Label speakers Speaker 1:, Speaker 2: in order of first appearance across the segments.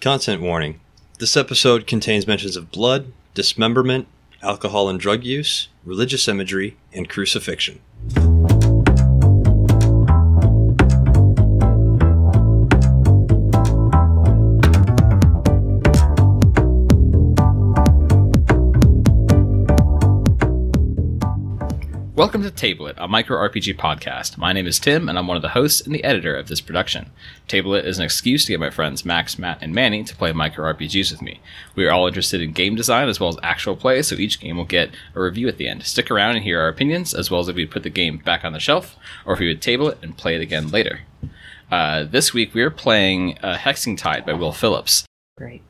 Speaker 1: Content warning. This episode contains mentions of blood, dismemberment, alcohol and drug use, religious imagery, and crucifixion.
Speaker 2: Welcome to Table It, a micro RPG podcast. My name is Tim, and I'm one of the hosts and the editor of this production. Table It is an excuse to get my friends Max, Matt, and Manny to play micro RPGs with me. We are all interested in game design as well as actual play, so each game will get a review at the end. Stick around and hear our opinions, as well as if we'd put the game back on the shelf, or if we would table it and play it again later. Uh, this week we are playing uh, Hexing Tide by Will Phillips.
Speaker 3: Great.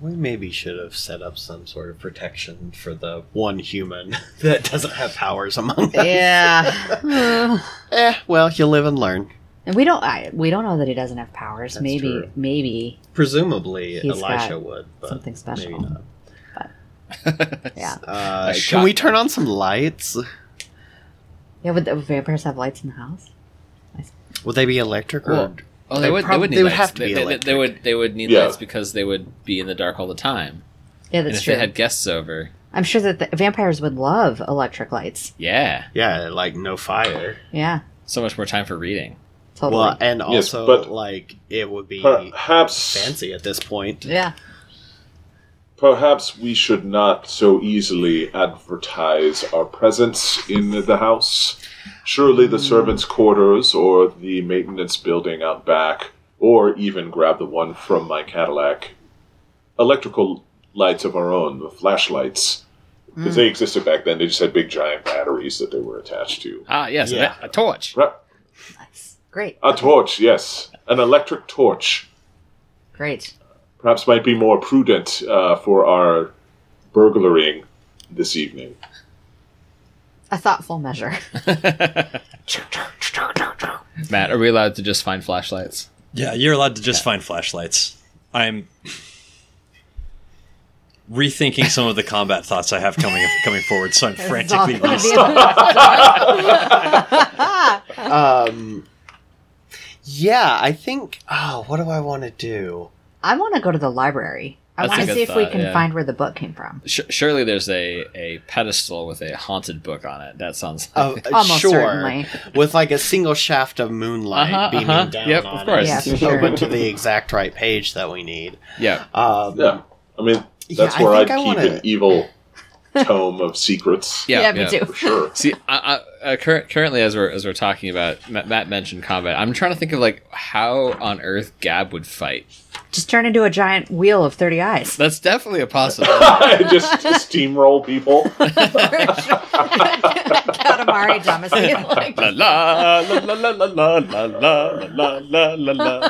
Speaker 4: We maybe should have set up some sort of protection for the one human that doesn't have powers among us.
Speaker 3: Yeah.
Speaker 4: Eh, well, you live and learn.
Speaker 3: and we don't I, we don't know that he doesn't have powers.
Speaker 4: That's
Speaker 3: maybe
Speaker 4: true.
Speaker 3: maybe
Speaker 4: Presumably,
Speaker 3: He's
Speaker 4: Elisha
Speaker 3: got
Speaker 4: would, but
Speaker 3: something special.
Speaker 4: maybe not.
Speaker 3: yeah.
Speaker 4: Uh,
Speaker 2: Like
Speaker 4: can
Speaker 2: God.
Speaker 4: we turn on some lights?
Speaker 3: Yeah, would the vampires have lights in the house?
Speaker 4: Would they be electric? Or...
Speaker 2: Well, Oh, they,
Speaker 4: They
Speaker 2: would.
Speaker 4: prob-
Speaker 2: they would need
Speaker 4: they would
Speaker 2: lights.
Speaker 4: have to
Speaker 2: they, they-
Speaker 4: be
Speaker 2: they- they
Speaker 4: electric.
Speaker 2: would. They would need
Speaker 5: Yeah.
Speaker 2: lights because they would be in the dark all the time.
Speaker 3: Yeah,
Speaker 2: and
Speaker 3: that's
Speaker 2: if
Speaker 3: true.
Speaker 2: they had guests over,
Speaker 3: I'm sure that the vampires would love electric lights.
Speaker 2: yeah,
Speaker 4: Yeah, like no fire.
Speaker 3: Yeah.
Speaker 2: so much more time for reading.
Speaker 3: Totally.
Speaker 4: Well, and
Speaker 5: Yes,
Speaker 4: also,
Speaker 5: but-
Speaker 4: like, it would be
Speaker 5: Perhaps,
Speaker 4: fancy at this point.
Speaker 3: yeah.
Speaker 5: perhaps we should not so easily advertise our presence in the house. Surely the servants' quarters or the maintenance building out back, or even grab the one from my Cadillac. Electrical lights of our own, the flashlights, because they existed back then. They just had big giant batteries that they were attached to.
Speaker 2: Ah, yes, a-
Speaker 4: Yeah.
Speaker 2: a, torch.
Speaker 5: Ra-
Speaker 3: Nice. Great.
Speaker 5: A torch, yes, an electric torch.
Speaker 3: Great.
Speaker 5: perhaps might be more prudent uh, for our burglaring this evening.
Speaker 3: A thoughtful measure.
Speaker 2: Matt, are we allowed to just find flashlights?
Speaker 1: Yeah, you're allowed to just find flashlights. I'm rethinking some of the combat thoughts I have coming coming forward, so I'm frantically
Speaker 3: It's all gonna be-
Speaker 4: Um, yeah, I think. Oh, what do I want to do?
Speaker 3: I want to go to the library. I
Speaker 2: That's a
Speaker 3: want to
Speaker 2: good
Speaker 3: see if we
Speaker 2: thought,
Speaker 3: can
Speaker 2: yeah.
Speaker 3: find where the book came from.
Speaker 2: Sh- surely there's a, a pedestal with a haunted book on it. That sounds.
Speaker 1: Oh.
Speaker 4: Uh,
Speaker 3: Almost
Speaker 4: sure.
Speaker 3: certainly.
Speaker 4: With like a single shaft of moonlight
Speaker 2: Uh-huh,
Speaker 4: beaming
Speaker 2: uh-huh.
Speaker 4: down
Speaker 2: Yep,
Speaker 4: on
Speaker 2: of course.
Speaker 4: it,
Speaker 3: Yeah, for sure.
Speaker 4: open to the exact right page that we need.
Speaker 2: yeah.
Speaker 4: Um,
Speaker 5: Yeah, I mean
Speaker 4: Yeah,
Speaker 5: that's
Speaker 4: I
Speaker 5: where I'd
Speaker 4: think
Speaker 5: keep
Speaker 4: I wanna-
Speaker 5: an evil tome of secrets.
Speaker 2: Yeah.
Speaker 3: yeah, me too.
Speaker 5: for sure.
Speaker 2: See, I, I, uh, cur- currently as we're as we're talking about, Ma- Matt mentioned combat. I'm trying to think of like how on earth Gab would fight.
Speaker 3: Just turn into a giant wheel of 30 eyes.
Speaker 2: That's definitely a possibility.
Speaker 5: just, just steamroll people.
Speaker 3: Katamari Damacy. Like,
Speaker 2: la la la la la la la la la la la la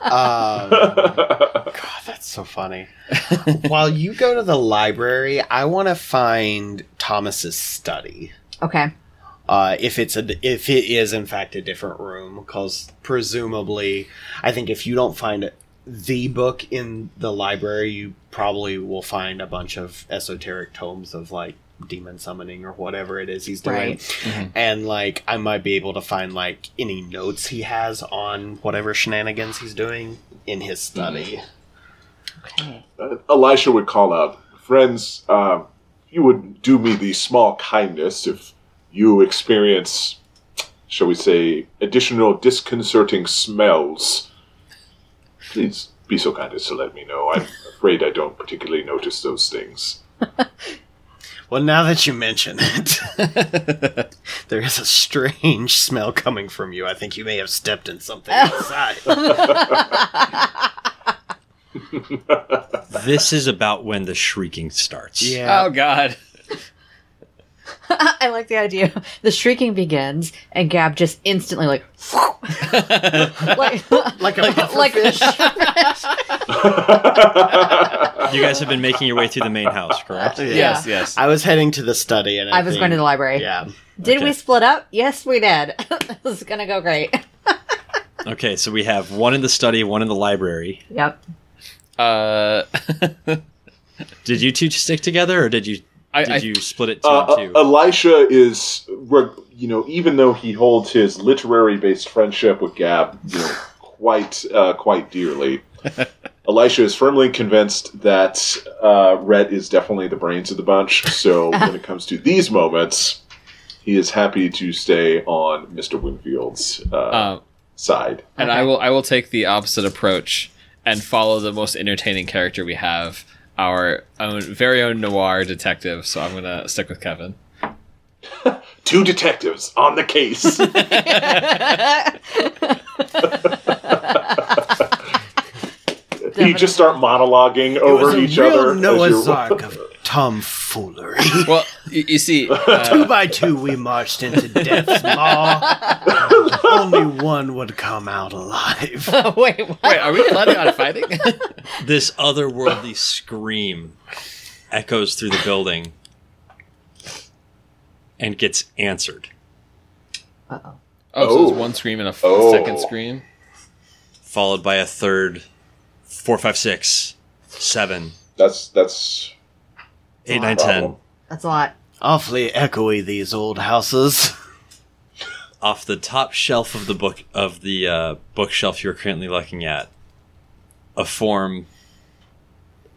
Speaker 2: la.
Speaker 4: Um, God, that's so funny. While you go to the library, I want to find Thomas's study.
Speaker 3: okay.
Speaker 4: Uh, if it's a, if it is in fact a different room, because presumably, I think if you don't find the book in the library, you probably will find a bunch of esoteric tomes of like demon summoning or whatever it is he's doing.
Speaker 3: Right.
Speaker 4: And like, I might be able to find like any notes he has on whatever shenanigans he's doing in his study.
Speaker 3: Okay.
Speaker 5: Uh, Elisha would call out, "Friends, um, you would do me the small kindness if you experience, shall we say, additional disconcerting smells. Please be so kind as to let me know. I'm afraid I don't particularly notice those things."
Speaker 4: Well, now that you mention it, there is a strange smell coming from you. I think you may have stepped in something outside.
Speaker 1: This is about when the shrieking starts.
Speaker 2: Oh God.
Speaker 3: I like the idea. The shrieking begins, and Gab just instantly like, like,
Speaker 4: like a
Speaker 3: like
Speaker 1: You guys have been making your way through the main house,
Speaker 4: Oh,
Speaker 1: correct?
Speaker 2: Yes, yes.
Speaker 4: I was heading to the study, and
Speaker 3: I was going to the library.
Speaker 4: Yeah,
Speaker 3: Did
Speaker 1: Okay.
Speaker 3: we split up? Yes, we did. this is gonna go great.
Speaker 1: Okay, so we have one in the study, one in the library.
Speaker 3: Yep.
Speaker 2: Uh,
Speaker 1: Did you two stick together, or did you
Speaker 2: I-
Speaker 1: did
Speaker 2: I-
Speaker 1: you split it two
Speaker 5: Uh,
Speaker 1: and two?
Speaker 5: uh, Elisha is, re- you know, even though he holds his literary-based friendship with Gab, you know, quite uh, quite dearly. Elisha is firmly convinced that uh, Rhett is definitely the brains of the bunch. So when it comes to these moments, he is happy to stay on Mr. Winfield's uh,
Speaker 2: Uh,
Speaker 5: side.
Speaker 2: and
Speaker 3: Okay.
Speaker 2: I will I will take the opposite approach and follow the most entertaining character we have, our own very own noir detective. So I'm gonna stick with Kevin.
Speaker 5: Two detectives on the case. you just start monologuing over each other. as you're-
Speaker 4: of tomfoolery.
Speaker 2: Well, you, you see, uh,
Speaker 4: two by two, we marched into death's maw. Only one would come out alive.
Speaker 3: Wait, what?
Speaker 2: wait, are we planning on fighting?
Speaker 1: This otherworldly scream echoes through the building and gets answered.
Speaker 2: oh, so
Speaker 5: Oh.
Speaker 2: it's one scream and a f-
Speaker 5: Oh.
Speaker 2: second scream.
Speaker 1: followed by a third four, five, six, seven,
Speaker 5: That's that's
Speaker 1: eight, nine, ten.
Speaker 5: Problem.
Speaker 3: That's a lot.
Speaker 4: Awfully echoey, these old houses.
Speaker 1: Off the top shelf of the book of the uh, bookshelf you're currently looking at, a form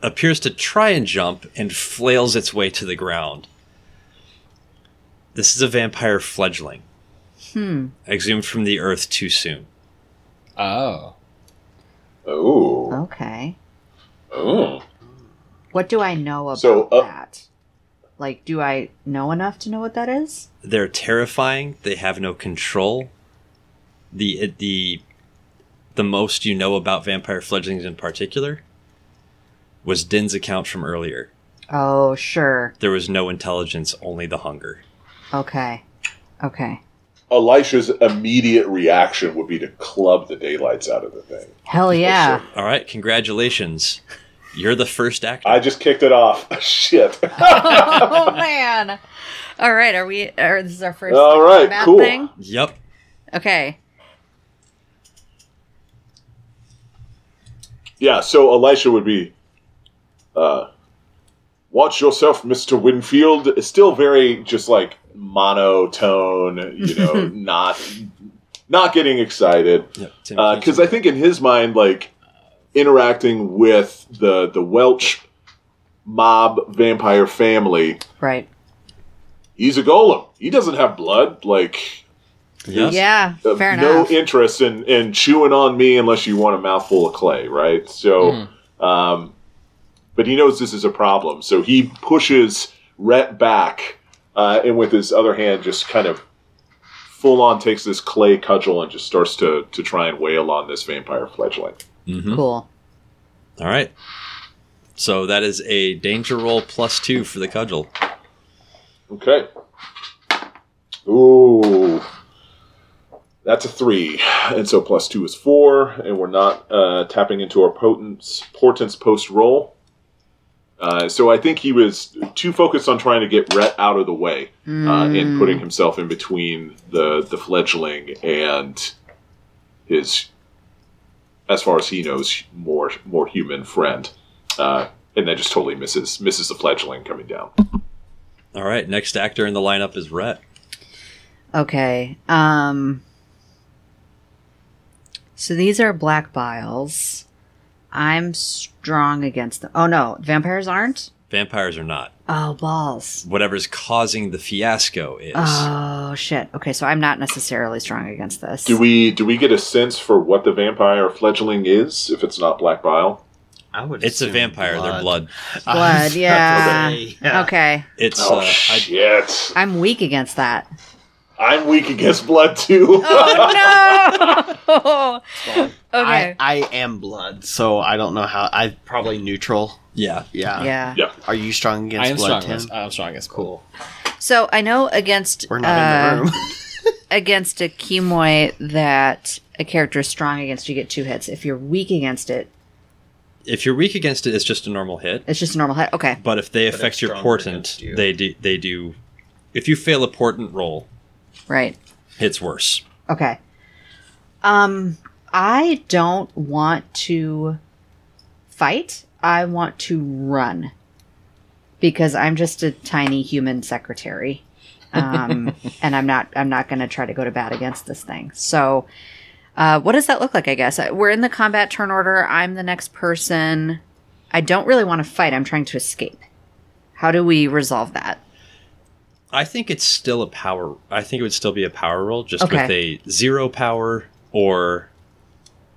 Speaker 1: appears to try and jump and flails its way to the ground. This is a vampire fledgling,
Speaker 3: Hmm.
Speaker 1: exhumed from the earth too soon.
Speaker 2: Oh,
Speaker 5: oh
Speaker 3: Okay.
Speaker 5: oh.
Speaker 3: What do I know about
Speaker 5: So, uh,
Speaker 3: that? Like, do I know enough to know what that is?
Speaker 1: They're terrifying. They have no control. The it- the the most you know about vampire fledglings in particular was Din's account from earlier.
Speaker 3: Oh, sure.
Speaker 1: There was no intelligence, only the hunger.
Speaker 3: Okay. Okay.
Speaker 5: Elisha's immediate reaction would be to club the daylights out of the thing.
Speaker 3: Hell yeah.
Speaker 1: All right, congratulations. You're the first actor.
Speaker 5: I just kicked it off. Shit.
Speaker 3: oh man. All right, are we are this is our first
Speaker 5: All
Speaker 3: like,
Speaker 5: right,
Speaker 3: combat
Speaker 5: cool.
Speaker 3: thing?
Speaker 1: yep.
Speaker 3: Okay.
Speaker 5: yeah. So Elisha would be, uh, watch yourself, Mister Winfield. Still very just like monotone. You know, not not getting excited.
Speaker 1: Yep. Tim
Speaker 5: because I think in his mind, like interacting with the the Welch mob vampire family,
Speaker 3: Right.
Speaker 5: he's a golem. He doesn't have blood. Like
Speaker 1: Yes.
Speaker 3: Yeah,
Speaker 5: uh,
Speaker 3: fair
Speaker 5: no
Speaker 3: enough.
Speaker 5: interest in in chewing on me unless you want a mouthful of clay, right? So, um, but he knows this is a problem, so he pushes Rhett back, uh, and with his other hand, just kind of. Full on takes this clay cudgel and just starts to, to try and wail on this vampire fledgling.
Speaker 1: Mhm.
Speaker 3: cool.
Speaker 1: All right. So that is a danger roll plus two for the cudgel.
Speaker 5: Okay. Ooh. That's a three. And so plus two is four, and we're not uh, tapping into our potence, portents post roll. Uh, so I think he was too focused on trying to get Rhett out of the way uh,
Speaker 3: Hmm.
Speaker 5: and
Speaker 3: Mm,
Speaker 5: putting himself in between the, the fledgling and his, as far as he knows, more more human friend. Uh, and then just totally misses misses the fledgling coming down.
Speaker 1: All right, next actor in the lineup is Rhett.
Speaker 3: Okay. Um So these are black biles. I'm strong against them. Oh no, vampires aren't?
Speaker 1: Vampires are not.
Speaker 3: Oh balls.
Speaker 1: Whatever's causing the fiasco is.
Speaker 3: Oh shit. Okay, so I'm not necessarily strong against this.
Speaker 5: Do we do we get a sense for what the vampire fledgling is if it's not black bile?
Speaker 4: I would
Speaker 1: it's a
Speaker 4: assume
Speaker 1: vampire. They're blood.
Speaker 4: I
Speaker 3: Blood,
Speaker 4: was about to
Speaker 3: yeah.
Speaker 4: say, yeah.
Speaker 3: Okay.
Speaker 1: It's
Speaker 5: Oh
Speaker 1: uh, I,
Speaker 5: shit!
Speaker 3: I'm weak against that.
Speaker 5: I'm weak against blood too.
Speaker 3: Oh no. okay.
Speaker 4: I, I am blood, so I don't know how. I probably neutral.
Speaker 1: yeah.
Speaker 4: Yeah.
Speaker 3: yeah.
Speaker 5: yeah,
Speaker 4: Are you strong
Speaker 2: I
Speaker 4: against
Speaker 2: am
Speaker 4: blood,
Speaker 2: strong. against-
Speaker 4: Tim?
Speaker 2: I am strong against
Speaker 4: Cool.
Speaker 3: So I know against
Speaker 4: We're not in the
Speaker 3: uh,
Speaker 4: room.
Speaker 3: against a chemoi that a character is strong against you get two hits. If you're weak against it,
Speaker 1: If you're weak against it, it's just a normal hit.
Speaker 3: it's just a normal hit. Okay.
Speaker 1: But if they
Speaker 4: it's
Speaker 1: affect your
Speaker 4: stronger
Speaker 1: portent,
Speaker 4: against you.
Speaker 1: they do. They do. If you fail a portent roll,
Speaker 3: Right.
Speaker 1: it's worse.
Speaker 3: Okay. Um I don't want to fight. I want to run. Because I'm just a tiny human secretary. Um and I'm not I'm not going to try to go to bat against this thing. So Uh, what does that look like? I guess Uh, we're in the combat turn order. I'm the next person. I don't really want to fight. I'm trying to escape. How do we resolve that?
Speaker 1: I think it's still a power. I think it would still be a power roll, just with
Speaker 3: Okay.
Speaker 1: a zero power, or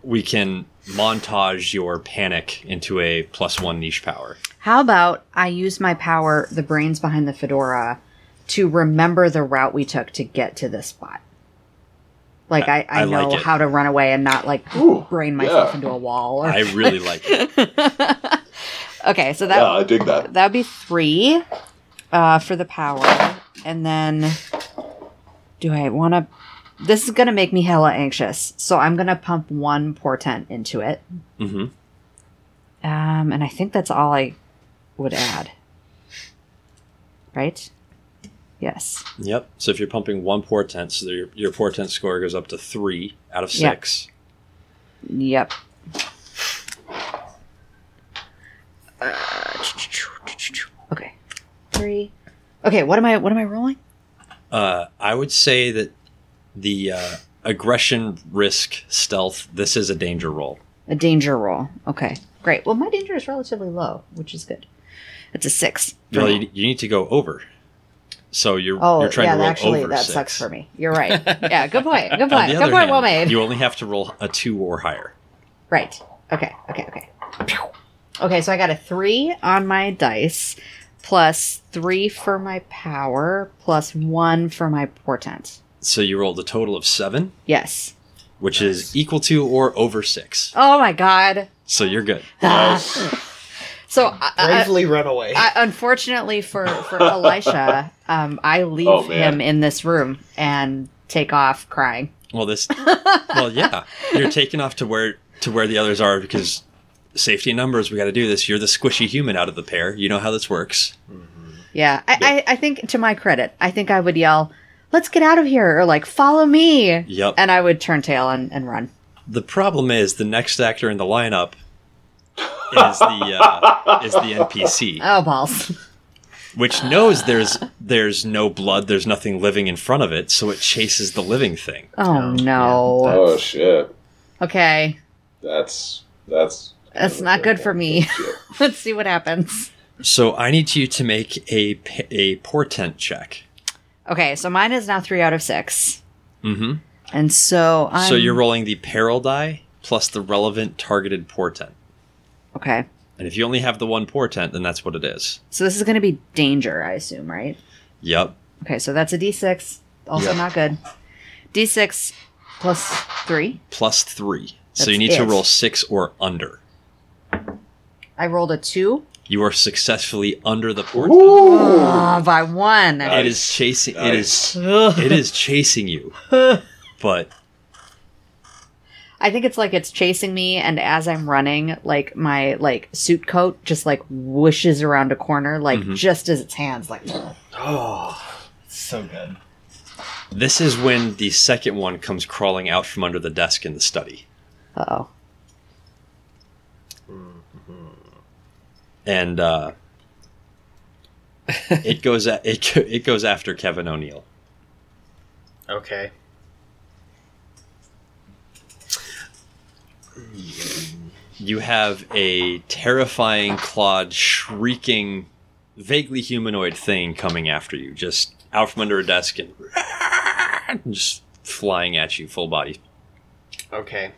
Speaker 1: we can montage your panic into a plus one niche power.
Speaker 3: How about I use my power, the brains behind the fedora, to remember the route we took to get to this spot? Like I, I,
Speaker 1: I
Speaker 3: know
Speaker 1: like it.
Speaker 3: how to run away and not like
Speaker 5: Ooh,
Speaker 3: brain myself
Speaker 5: yeah.
Speaker 3: into a wall. Or...
Speaker 1: I really like it.
Speaker 3: okay, so that
Speaker 5: Yeah, I dig that.
Speaker 3: That'd be three uh, for the power. And then do I want to. This is going to make me hella anxious. So I'm going to pump one portent into it.
Speaker 1: hmm
Speaker 3: Um, and I think that's all I would add. Right? Yes.
Speaker 1: Yep. So if you're pumping one portent, so your, your portent score goes up to three out of
Speaker 3: Yeah.
Speaker 1: six.
Speaker 3: Yep. Uh, Okay. Three. Okay, what am I what am I rolling?
Speaker 1: Uh, I would say that the uh, aggression, risk, stealth. This is a danger roll.
Speaker 3: A danger roll. Okay, great. Well, my danger is relatively low, which is good. It's a six.
Speaker 1: Well, you, you need to go over. So you're
Speaker 3: Oh,
Speaker 1: you're trying
Speaker 3: yeah,
Speaker 1: to roll
Speaker 3: actually,
Speaker 1: over
Speaker 3: that
Speaker 1: six.
Speaker 3: sucks for me. You're right. Yeah, good point. Good
Speaker 1: On
Speaker 3: point.
Speaker 1: the
Speaker 3: Good
Speaker 1: other
Speaker 3: point.
Speaker 1: hand,
Speaker 3: well made.
Speaker 1: you only have to roll a two or higher.
Speaker 3: right. Okay. Okay. Okay. Okay. So I got a three on my dice, plus three for my power, plus one for my portent.
Speaker 1: So you rolled a total of seven,
Speaker 3: Yes.
Speaker 1: which is equal to or over six.
Speaker 3: Oh my god.
Speaker 1: So you're good.
Speaker 5: Nice.
Speaker 3: So I, I,
Speaker 4: Bravely run away.
Speaker 3: I, unfortunately for for Elisha, um, I leave
Speaker 5: Oh, man.
Speaker 3: him in this room and take off crying.
Speaker 1: Well, this. well, yeah, you're taken off to where to where the others are because safety in numbers. We got to do this. You're the squishy human out of the pair. You know how this works.
Speaker 3: Yeah, I, I, I think to my credit, I think I would yell, "Let's get out of here!" or like, "Follow me!"
Speaker 1: Yep.
Speaker 3: And I would turn tail and, and run.
Speaker 1: The problem is the next actor in the lineup is the uh, is the NPC.
Speaker 3: Oh balls!
Speaker 1: which knows there's there's no blood, there's nothing living in front of it, so it chases the living thing.
Speaker 3: Oh no.
Speaker 5: Oh shit.
Speaker 3: Okay,
Speaker 5: That's that's
Speaker 3: that's not good for me. Let's see what happens.
Speaker 1: So I need you to make a p- a portent check.
Speaker 3: Okay, so mine is now three out of six,
Speaker 1: Mm-hmm.
Speaker 3: and so I'm
Speaker 1: So you're rolling the peril die plus the relevant targeted portent,
Speaker 3: okay.
Speaker 1: and if you only have the one portent, then that's what it is.
Speaker 3: So this is going to be danger, I assume, right?
Speaker 1: Yep.
Speaker 3: Okay, so that's a D6. Also
Speaker 1: Yeah.
Speaker 3: not good. D6 plus three.
Speaker 1: Plus three. so
Speaker 3: That's
Speaker 1: you need to
Speaker 3: it.
Speaker 1: roll six or under.
Speaker 3: I rolled a two
Speaker 1: You are successfully under the portent.
Speaker 5: Ooh.
Speaker 3: Ah, by one.
Speaker 1: It is chasing. It is.
Speaker 3: Ugh.
Speaker 1: It is chasing you. But
Speaker 3: I think it's like it's chasing me, and as I'm running, like my like suit coat just like whooshes around a corner, like
Speaker 1: Mm-hmm.
Speaker 3: just as its hands like.
Speaker 4: oh, so good.
Speaker 1: This is when the second one comes crawling out from under the desk in the study.
Speaker 3: Oh,
Speaker 1: And uh, it goes a- it go- it goes after Kevin O'Neill.
Speaker 4: Okay.
Speaker 1: You have a terrifying clawed shrieking vaguely humanoid thing coming after you just out from under a desk and just flying at you full body.
Speaker 4: Okay.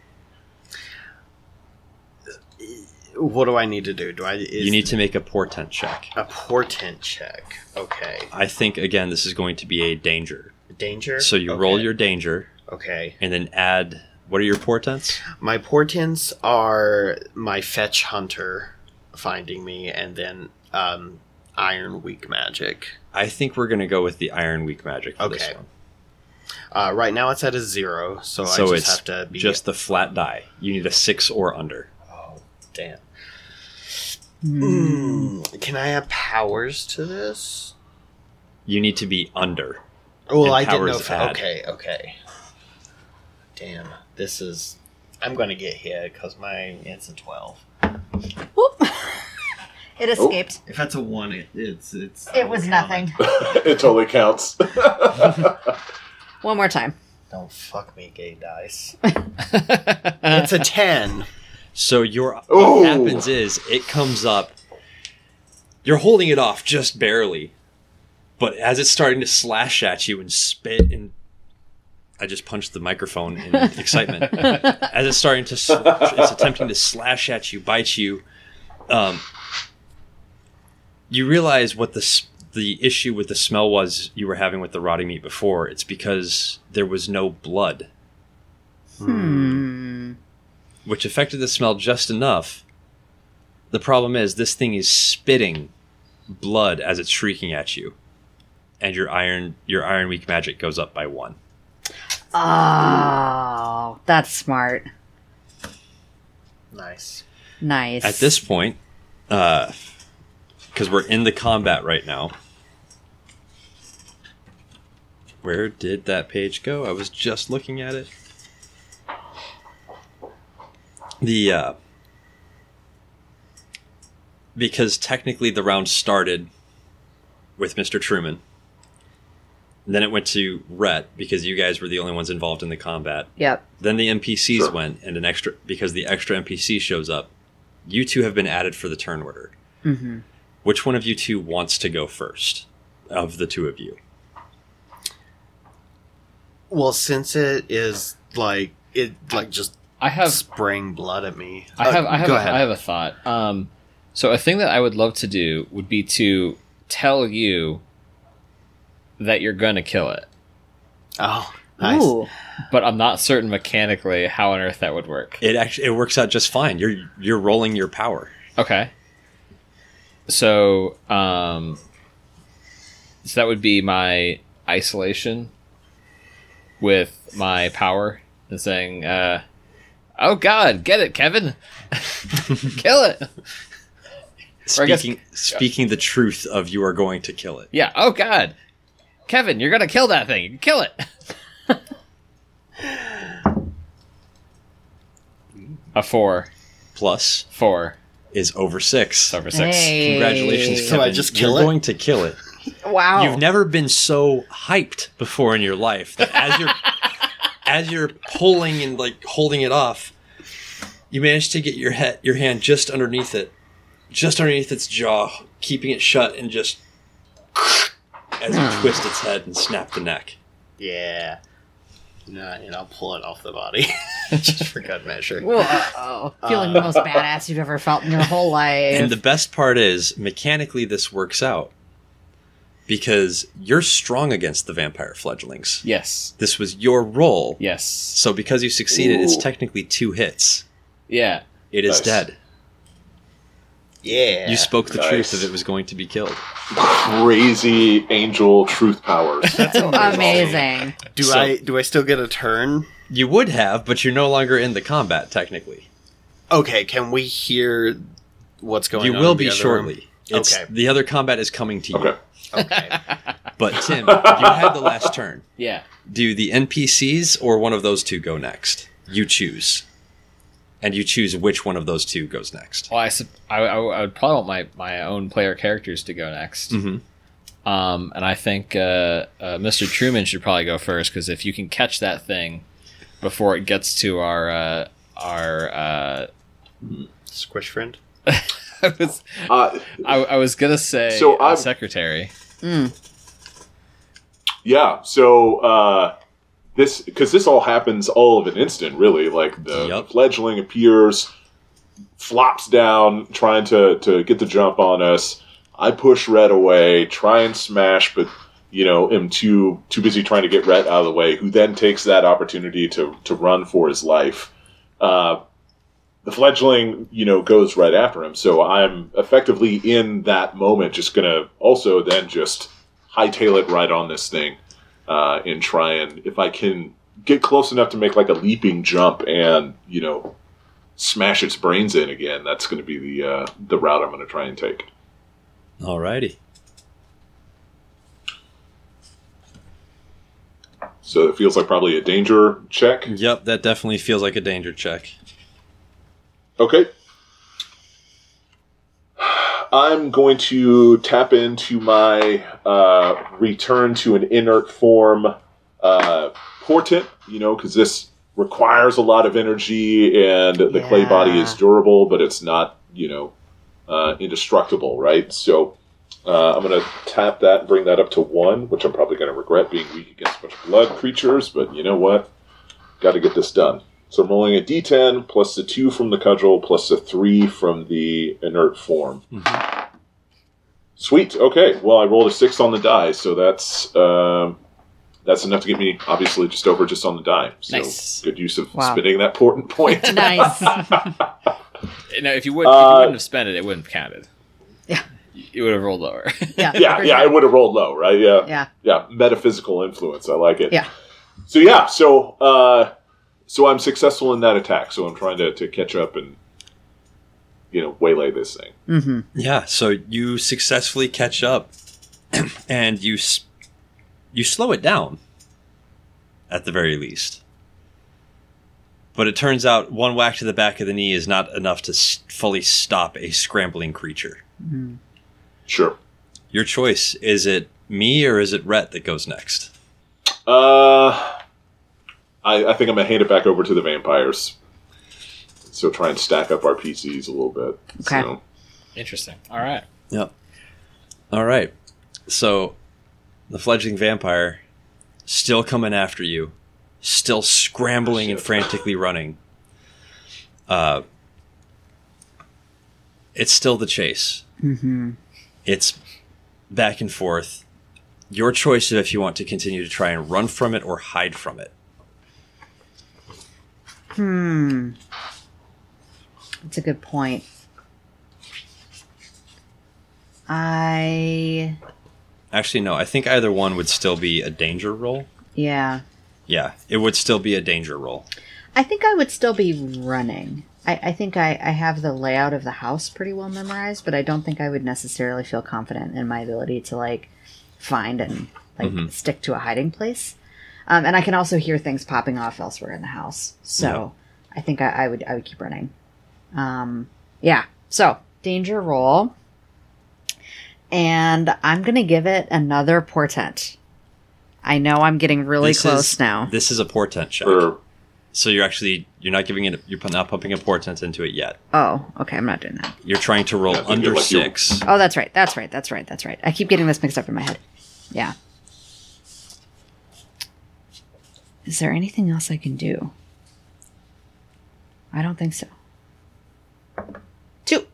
Speaker 4: What do I need to do? Do I is
Speaker 1: You need to make a portent check.
Speaker 4: a portent check? Okay.
Speaker 1: I think again this is going to be a danger.
Speaker 4: Danger.
Speaker 1: So you
Speaker 4: Okay.
Speaker 1: roll your danger
Speaker 4: Okay.
Speaker 1: and then add what are your portents?
Speaker 4: My portents are my fetch hunter finding me, and then um, iron weak magic.
Speaker 1: I think we're gonna go with the Iron Weak magic for this
Speaker 4: Okay.
Speaker 1: one.
Speaker 4: Uh, right now it's at a zero, so,
Speaker 1: so
Speaker 4: I just
Speaker 1: it's
Speaker 4: have to be
Speaker 1: just the flat die. You need a six or under.
Speaker 4: Oh, damn. Mm, Can I have powers to this?
Speaker 1: You need to be under.
Speaker 4: Well,
Speaker 1: And
Speaker 4: I didn't
Speaker 1: powers
Speaker 4: know. If,
Speaker 1: add.
Speaker 4: okay, okay. Damn, this is. I'm gonna get hit because my it's a twelve.
Speaker 3: Whoop. it escaped.
Speaker 4: If that's a one, it, it's
Speaker 1: Oh.
Speaker 4: it's.
Speaker 3: It was nothing.
Speaker 5: it totally counts.
Speaker 3: One more time.
Speaker 4: Don't fuck me, gay dice. it's a 10.
Speaker 1: So your
Speaker 5: Ooh.
Speaker 1: what happens is it comes up. You're holding it off just barely, but as it's starting to slash at you and spit and I just punched the microphone in excitement. as it's starting to, s- it's attempting to slash at you, bite you. Um, you realize what the s- the issue with the smell was you were having with the rotting meat before. It's because there was no blood
Speaker 3: Hmm.
Speaker 1: which affected the smell just enough. The problem is, this thing is spitting blood as it's shrieking at you, and your iron your iron weak magic goes up by one.
Speaker 3: Oh, that's smart.
Speaker 4: Nice.
Speaker 3: Nice.
Speaker 1: At this point, because we're in the combat right now. Where did that page go? I was just looking at it. The uh, because technically the round started with Mr. Truman. Then it went to Rhett because you guys were the only ones involved in the combat.
Speaker 3: Yep.
Speaker 1: Then the NPCs
Speaker 5: Sure.
Speaker 1: went, and an extra because the extra NPC shows up. You two have been added for the turn order.
Speaker 3: Mm-hmm.
Speaker 1: Which one of you two wants to go first? Of the two of you,
Speaker 4: Well, since it is like, it like just
Speaker 2: I have
Speaker 4: spraying blood at me.
Speaker 2: I
Speaker 4: Uh,
Speaker 2: have, I have,
Speaker 4: go
Speaker 2: a,
Speaker 4: ahead.
Speaker 2: I have a thought. Um, so a thing that I would love to do would be to tell you that you're gonna kill it,
Speaker 4: oh, nice.
Speaker 3: Ooh.
Speaker 2: but I'm not certain mechanically how on earth that would work.
Speaker 1: it actually it works out just fine. You're you're rolling your power.
Speaker 2: Okay. So, um, so that would be my isolation with my power and saying, uh, "Oh God, get it, Kevin, kill it." Or I guess-
Speaker 1: Speaking speaking the truth of you are going to kill it.
Speaker 2: Yeah. Oh God, Kevin, you're gonna kill that thing. Kill it. A four,
Speaker 1: Plus
Speaker 2: four,
Speaker 1: is over six.
Speaker 2: it's over six.
Speaker 3: Hey.
Speaker 1: Congratulations,
Speaker 4: So
Speaker 1: Kevin.
Speaker 4: I just kill
Speaker 1: you're
Speaker 4: it?
Speaker 1: going to kill it.
Speaker 3: Wow.
Speaker 5: Oh.
Speaker 1: You've never been so hyped before in your life that as you're as you're pulling and like holding it off, you manage to get your head your hand just underneath it, just underneath its jaw, keeping it shut and just as you twist its head and snap the neck.
Speaker 4: Yeah. No, and I'll pull it off the body just for good measure.
Speaker 3: Whoa. Feeling the most badass you've ever felt in your whole life.
Speaker 1: And the best part is mechanically this works out because you're strong against the vampire fledglings.
Speaker 2: Yes.
Speaker 1: This was your role.
Speaker 2: Yes.
Speaker 1: So because you succeeded, it's
Speaker 5: Ooh.
Speaker 1: technically two hits.
Speaker 2: Yeah.
Speaker 1: It is
Speaker 5: Nice.
Speaker 1: dead.
Speaker 4: Yeah.
Speaker 1: You spoke the
Speaker 5: Nice.
Speaker 1: truth if it was going to be killed.
Speaker 5: Crazy angel truth powers.
Speaker 3: Amazing.
Speaker 4: do
Speaker 1: so-
Speaker 4: I do I still get a turn?
Speaker 1: You would have, but you're no longer in the combat technically.
Speaker 4: Okay, can we hear what's going
Speaker 1: you
Speaker 4: on?
Speaker 1: will
Speaker 4: in the
Speaker 1: be
Speaker 4: other room?
Speaker 1: shortly. It's,
Speaker 4: Okay.
Speaker 1: The other combat is coming to you.
Speaker 5: okay.
Speaker 4: Okay.
Speaker 1: But Tim, you had the last turn.
Speaker 2: Yeah.
Speaker 1: Do the NPCs or one of those two go next? You choose. And you choose which one of those two goes next.
Speaker 2: Well, I, sup- I, I- I would probably want my, my own player characters to go next.
Speaker 1: Mm-hmm.
Speaker 2: Um, and I think uh, uh, Mr. Truman should probably go first because if you can catch that thing before it gets to our uh, our uh,
Speaker 4: Squish friend.
Speaker 2: I was
Speaker 5: Uh,
Speaker 2: I, I was gonna say
Speaker 5: So
Speaker 2: uh,
Speaker 5: I'm-
Speaker 2: secretary.
Speaker 3: Mm.
Speaker 5: yeah. So uh, this because this all happens all of an instant, really. Like the
Speaker 1: Yup.
Speaker 5: fledgling appears, flops down, trying to to get the jump on us. I push Red away, try and smash, but you know am too too busy trying to get Red out of the way. Who then takes that opportunity to to run for his life. Uh, the fledgling, you know, goes right after him. So I'm effectively in that moment, just gonna also then just hightail it right on this thing, uh, and try and if I can get close enough to make like a leaping jump and you know smash its brains in again. That's gonna be the uh, the route I'm gonna try and take.
Speaker 1: Mm-hmm. Alrighty.
Speaker 5: So it feels like probably a danger check.
Speaker 1: Yep, that definitely feels like a danger check.
Speaker 5: Okay. I'm going to tap into my uh, return to an inert form uh, portent, you know, because this requires a lot of energy and the clay body
Speaker 3: Yeah.
Speaker 5: is durable, but it's not, you know, uh, indestructible, right? So uh, I'm going to tap that and bring that up to one, which I'm probably going to regret being weak against a bunch of blood creatures, but you know what? Got to get this done. So I'm rolling a d10 plus the two from the cudgel plus the three from the inert form.
Speaker 1: Mm-hmm.
Speaker 5: Sweet. Okay. Well, I rolled a six on the die, so that's um, that's enough to get me obviously just over just on the die. So
Speaker 2: Nice.
Speaker 5: Good use of
Speaker 3: Wow.
Speaker 5: spinning that important point.
Speaker 3: nice.
Speaker 2: Now, if you wouldn't, if you
Speaker 5: Uh,
Speaker 2: wouldn't have spent it, it wouldn't have counted.
Speaker 3: Yeah.
Speaker 2: you would have rolled lower.
Speaker 3: Yeah.
Speaker 5: yeah,
Speaker 3: for
Speaker 5: yeah. I
Speaker 3: sure.
Speaker 5: would have rolled low, right? Yeah.
Speaker 3: Yeah.
Speaker 5: yeah metaphysical influence i like it
Speaker 3: Yeah.
Speaker 5: so yeah so uh so i'm successful in that attack so i'm trying to, to catch up and you know waylay this thing
Speaker 3: Mm-hmm.
Speaker 1: Yeah, so you successfully catch up, and you s- you slow it down, at the very least. But it turns out one whack to the back of the knee is not enough to s- fully stop a scrambling creature.
Speaker 5: sure
Speaker 1: Your choice: is it me or is it Rhett that goes next?
Speaker 5: uh i i think i'm gonna hand it back over to the vampires so try and stack up our pcs a little bit
Speaker 3: Okay.
Speaker 5: So-
Speaker 2: Interesting. All right.
Speaker 1: Yep. All right. So the fledgling vampire still coming after you, still scrambling and
Speaker 5: Shit.
Speaker 1: frantically running. Uh, it's still the chase.
Speaker 3: Mm-hmm.
Speaker 1: It's back and forth. Your choice of if you want to continue to try and run from it or hide from it.
Speaker 3: Hmm. That's a good point. I.
Speaker 1: Actually, no. I think either one would still be a danger roll.
Speaker 3: Yeah.
Speaker 1: Yeah, it would still be a danger roll.
Speaker 3: I think I would still be running. I, I think I, I have the layout of the house pretty well memorized, but I don't think I would necessarily feel confident in my ability to like find and like
Speaker 1: Mhm.
Speaker 3: stick to a hiding place. Um, and I can also hear things popping off elsewhere in the house, so I think I, I would I would keep running. Um, yeah. So danger roll, and I'm gonna give it another portent. I know I'm getting really
Speaker 1: This
Speaker 3: close
Speaker 1: is-
Speaker 3: now.
Speaker 1: This is a portent check.
Speaker 5: or
Speaker 1: So you're actually you're not giving it. You're not pumping a portent into it yet.
Speaker 3: Oh, okay. I'm not doing that.
Speaker 1: You're trying to roll
Speaker 5: Yeah, I think
Speaker 1: under
Speaker 5: you're like you-
Speaker 1: six.
Speaker 3: Oh, that's right. That's right. That's right. That's right. I keep getting this mixed up in my head. Yeah. Is there anything else I can do? I don't think so. Two.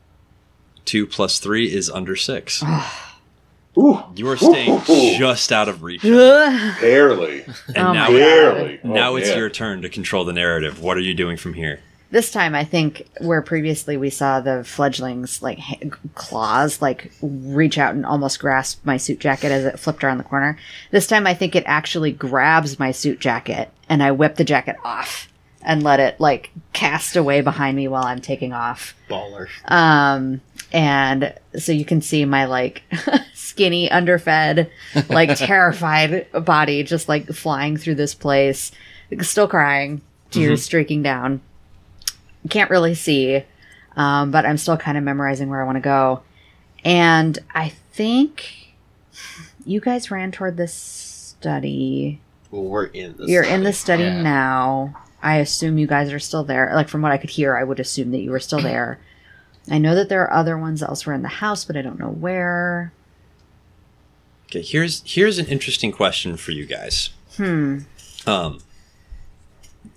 Speaker 1: Two plus three is under six.
Speaker 5: ooh,
Speaker 1: You are staying
Speaker 5: ooh,
Speaker 1: just out of reach. And
Speaker 3: Ugh.
Speaker 5: barely
Speaker 3: Oh
Speaker 1: now,
Speaker 3: my God.
Speaker 5: barely Oh,
Speaker 1: now it's
Speaker 5: man.
Speaker 1: your turn to control the narrative. What are you doing from here?
Speaker 3: This time, I think where previously we saw the fledglings like ha- claws like reach out and almost grasp my suit jacket as it flipped around the corner. This time, I think it actually grabs my suit jacket and I whip the jacket off and let it like cast away behind me while I'm taking off.
Speaker 4: Baller.
Speaker 3: Um, and so you can see my like skinny, underfed, like terrified body just like flying through this place, still crying, tears streaking down. Can't really see, um, but I'm still kind of memorizing where I want to go. And I think you guys ran toward this study.
Speaker 4: Well, we're in this.
Speaker 3: You're in the study
Speaker 2: Yeah.
Speaker 3: now. I assume you guys are still there. Like from what I could hear, I would assume that you were still there. I know that there are other ones elsewhere in the house, but I don't know where.
Speaker 1: Okay, here's here's an interesting question for you guys.
Speaker 3: Hmm.
Speaker 1: Um,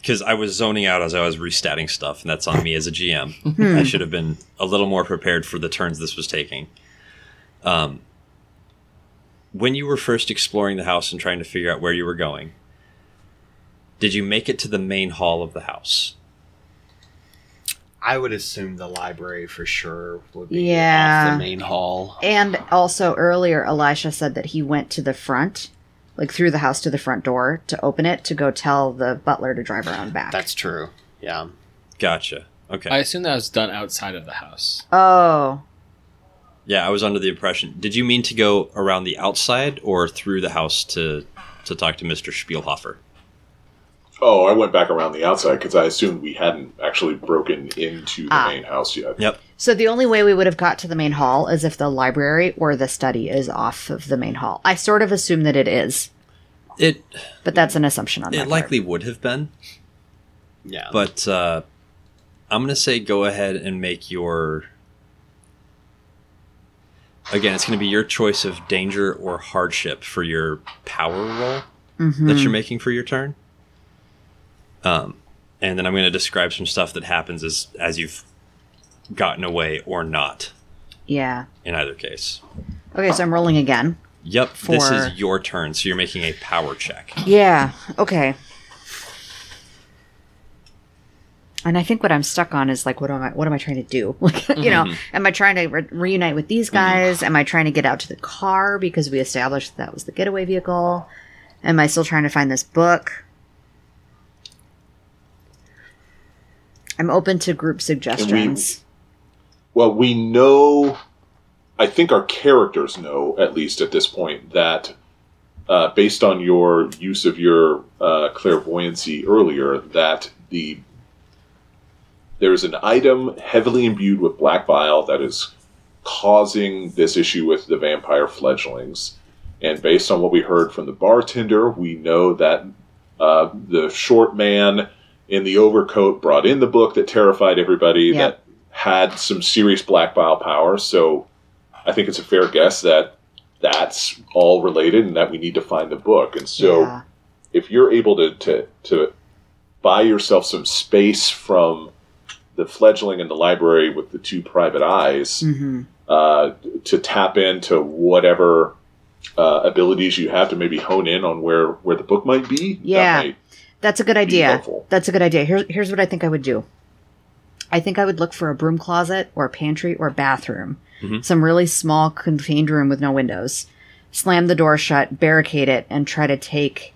Speaker 1: because I was zoning out as I was restatting stuff, and that's on me as a GM. I should have been a little more prepared for the turns this was taking. Um, when you were first exploring the house and trying to figure out where you were going, did you make it to the main hall of the house?
Speaker 4: I would assume the library for sure would be
Speaker 3: Yeah.
Speaker 4: off the main hall.
Speaker 3: And also earlier, Elisha said that he went to the front, like through the house to the front door to open it to go tell the butler to drive around back.
Speaker 4: That's true. Yeah.
Speaker 1: Gotcha. Okay.
Speaker 2: I assume that was done outside of the house.
Speaker 3: oh,
Speaker 1: yeah, I was under the impression. Did you mean to go around the outside or through the house to to talk to Mister Spielhofer?
Speaker 5: oh i went back around the outside because i assumed we hadn't actually broken into the
Speaker 3: Ah.
Speaker 5: main house yet
Speaker 1: Yep.
Speaker 3: So the only way we would have got to the main hall is if the library or the study is off of the main hall. I sort of assume that it is.
Speaker 1: It
Speaker 3: But that's an assumption on my
Speaker 1: it
Speaker 3: part.
Speaker 1: likely would have been,
Speaker 4: Yeah.
Speaker 1: but uh, I'm gonna say go ahead and make your. Again, it's going to be your choice of danger or hardship for your power roll that you're making for your turn. Um, and then I'm going to describe some stuff that happens as as you've gotten away or not
Speaker 3: Yeah.
Speaker 1: in either case.
Speaker 3: Okay, so I'm rolling again.
Speaker 1: Yep, this
Speaker 3: For-
Speaker 1: is your turn, so you're making a power check.
Speaker 3: Yeah. Okay. And I think what I'm stuck on is like, what am I? What am I trying to do? Like, you know, am I trying to re- reunite with these guys? Am I trying to get out to the car because we established that, that was the getaway vehicle? Am I still trying to find this book? I'm open to group suggestions.
Speaker 5: Well, we know, I think our characters know, at least at this point, that uh, based on your use of your uh, clairvoyancy earlier, that the there is an item heavily imbued with black bile that is causing this issue with the vampire fledglings. And based on what we heard from the bartender, we know that uh, the short man in the overcoat brought in the book that terrified everybody,
Speaker 3: Yeah.
Speaker 5: that had some serious black bile power. So I think it's a fair guess that that's all related and that we need to find the book. And so
Speaker 3: Yeah.
Speaker 5: if you're able to, to to buy yourself some space from the fledgling in the library with the two private eyes
Speaker 3: Mhm.
Speaker 5: uh, to tap into whatever uh, abilities you have to maybe hone in on where where the book might be that
Speaker 3: Yeah.
Speaker 5: might-
Speaker 3: That's a good idea.
Speaker 5: helpful.
Speaker 3: That's a good idea. Here's here's what I think I would do. I think I would look for a broom closet or a pantry or bathroom, some really small contained room with no windows. Slam the door shut, barricade it, and try to take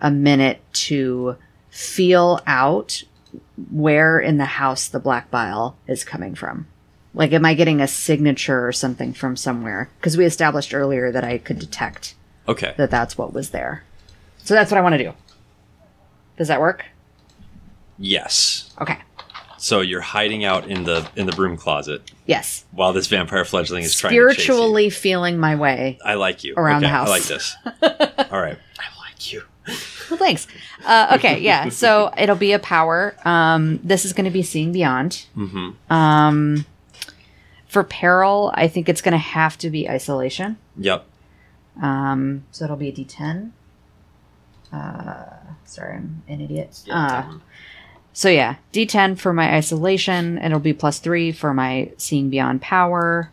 Speaker 3: a minute to feel out where in the house the black bile is coming from. Like, am I getting a signature or something from somewhere? Because we established earlier that I could detect
Speaker 1: Okay.
Speaker 3: that that's what was there. So that's what I want to do. Does that work?
Speaker 1: Yes.
Speaker 3: Okay.
Speaker 1: So you're hiding out in the in the broom closet
Speaker 3: Yes.
Speaker 1: while this vampire fledgling is trying to chase you.
Speaker 3: Spiritually feeling my way.
Speaker 1: I like you.
Speaker 3: around the
Speaker 1: Okay,
Speaker 3: house.
Speaker 1: I like this. All right.
Speaker 4: Thank you.
Speaker 3: Well, thanks. Uh, okay. Yeah. So it'll be a power. Um, this is going to be seeing beyond.
Speaker 1: hmm
Speaker 3: Um, for peril, I think it's going to have to be isolation.
Speaker 1: Yep.
Speaker 3: Um, so it'll be a D10. Uh, sorry, I'm an idiot. Uh, so yeah, D10 for my isolation, and it'll be plus three for my seeing beyond power.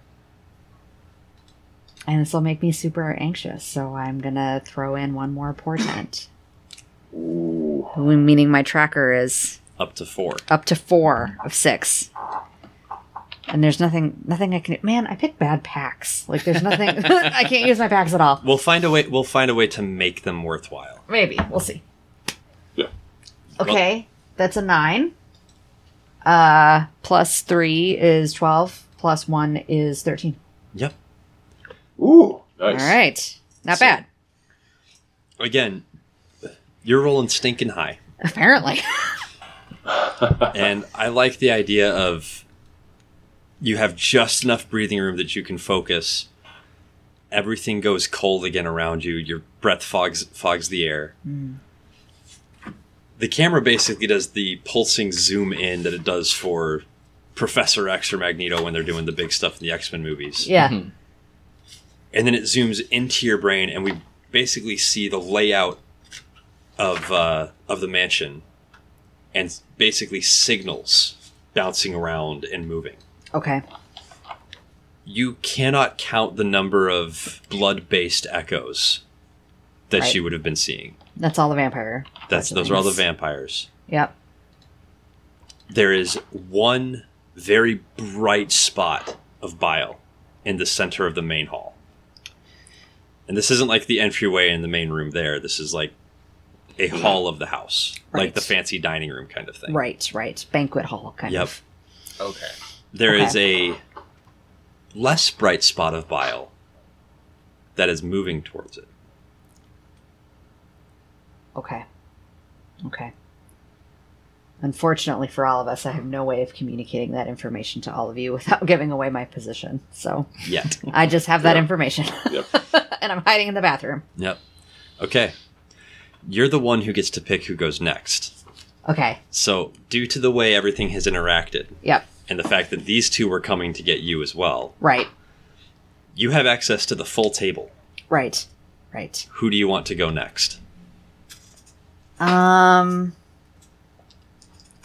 Speaker 3: And this will make me super anxious, so I'm gonna throw in one more portent.
Speaker 5: Ooh.
Speaker 3: Meaning my tracker is
Speaker 1: Up to four.
Speaker 3: up to four of six. And there's nothing, nothing I can. Man, I picked bad packs. Like there's nothing. I can't use my packs at all.
Speaker 1: We'll find a way. We'll find a way to make them worthwhile.
Speaker 3: Maybe we'll see.
Speaker 5: Yeah.
Speaker 3: Okay, that's a nine. Uh, plus three is twelve. Plus one is thirteen.
Speaker 1: Yep.
Speaker 5: Ooh. Nice.
Speaker 3: All right, not bad.
Speaker 1: Again, you're rolling stinking high,
Speaker 3: Apparently,
Speaker 1: and I like the idea of you have just enough breathing room that you can focus. Everything goes cold again around you. Your breath fogs fogs the air. The camera basically does the pulsing zoom in that it does for Professor X or Magneto when they're doing the big stuff in the X Men movies.
Speaker 3: yeah.
Speaker 1: and then it zooms into your brain, and we basically see the layout of uh, of the mansion, and basically signals bouncing around and moving.
Speaker 3: Okay.
Speaker 1: You cannot count the number of blood based echoes that
Speaker 3: Right.
Speaker 1: you would have been seeing.
Speaker 3: That's all the vampire.
Speaker 1: That's those are all the vampires.
Speaker 3: Yep.
Speaker 1: There is one very bright spot of bile in the center of the main hall. And this isn't like the entryway in the main room there. This is like a hall of the house,
Speaker 3: Right.
Speaker 1: like the fancy dining room kind of thing.
Speaker 3: Right. Right. Banquet hall kind
Speaker 1: Yep.
Speaker 3: of.
Speaker 4: Okay.
Speaker 1: There is a less bright spot of bile that is moving towards it.
Speaker 3: Okay. Okay. Unfortunately for all of us, I have no way of communicating that information to all of you without giving away my position. So
Speaker 1: Yet.
Speaker 3: I just have that
Speaker 5: Yeah.
Speaker 3: information
Speaker 5: Yep.
Speaker 3: and I'm hiding in the bathroom.
Speaker 1: yep. Okay. You're the one who gets to pick who goes next.
Speaker 3: Okay.
Speaker 1: So, due to the way everything has interacted
Speaker 3: Yep.
Speaker 1: and the fact that these two were coming to get you as well,
Speaker 3: Right.
Speaker 1: you have access to the full table.
Speaker 3: Right. Right.
Speaker 1: Who do you want to go next?
Speaker 3: Um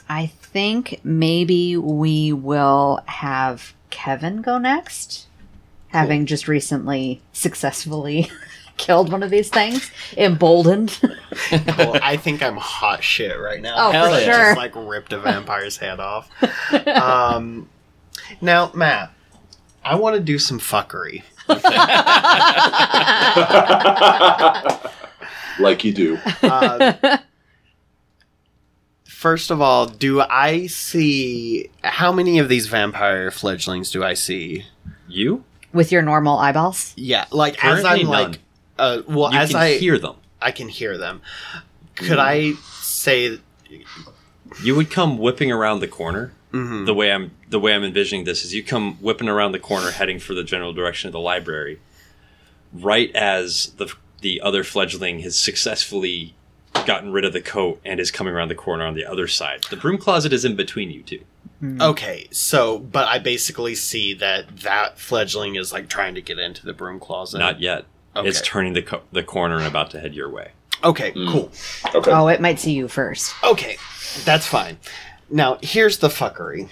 Speaker 3: I think maybe we will have Kevin go next, having just recently successfully killed one of these things, emboldened.
Speaker 4: Well, I think I'm hot shit right now.
Speaker 3: Oh,
Speaker 2: Hell
Speaker 3: for
Speaker 2: yeah.
Speaker 3: sure.
Speaker 4: Just like ripped a vampire's head off. Um, now, Matt, I want to do some fuckery.
Speaker 5: like you do.
Speaker 4: Uh, first of all, do I see how many of these vampire fledglings do I see?
Speaker 1: You?
Speaker 3: With your normal eyeballs?
Speaker 4: Yeah, like as
Speaker 1: Currently
Speaker 4: I'm like,
Speaker 1: none.
Speaker 4: uh, well,
Speaker 1: you
Speaker 4: as
Speaker 1: can
Speaker 4: I
Speaker 1: hear Mm. them.
Speaker 4: I can hear them. Could I say?
Speaker 1: You would come whipping around the corner.
Speaker 4: mhm.
Speaker 1: The way I'm the way I'm envisioning this is you come whipping around the corner heading for the general direction of the library right as the the other fledgling has successfully gotten rid of the coat and is coming around the corner on the other side. The broom closet is in between you two.
Speaker 4: Okay, so but I basically see that that fledgling is like trying to get into the broom closet.
Speaker 1: Not yet. It's
Speaker 4: Uh-huh. Okay.
Speaker 1: turning the co- the corner and about to head your way.
Speaker 4: Okay,
Speaker 1: Mm.
Speaker 4: cool.
Speaker 5: Okay.
Speaker 3: Oh, it might see you first.
Speaker 4: Okay, that's fine. Now here's the fuckery.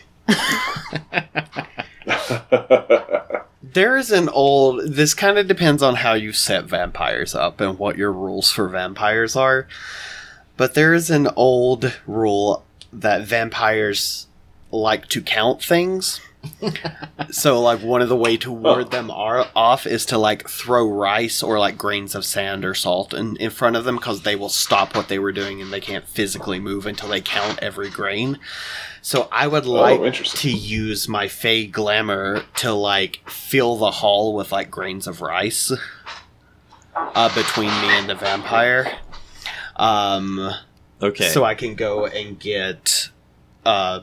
Speaker 4: there is an old. This kind of depends on how you set vampires up and what your rules for vampires are. But there is an old rule that vampires like to count things. so like one of the way to ward them are off is to like throw rice or like grains of sand or salt in, in front of them because they will stop what they were doing and they can't physically move until they count every grain so i would like
Speaker 5: interesting.
Speaker 4: to use my fey glamour to like fill the hall with like grains of rice uh, between me and the vampire um
Speaker 1: Okay.
Speaker 4: so i can go and get uh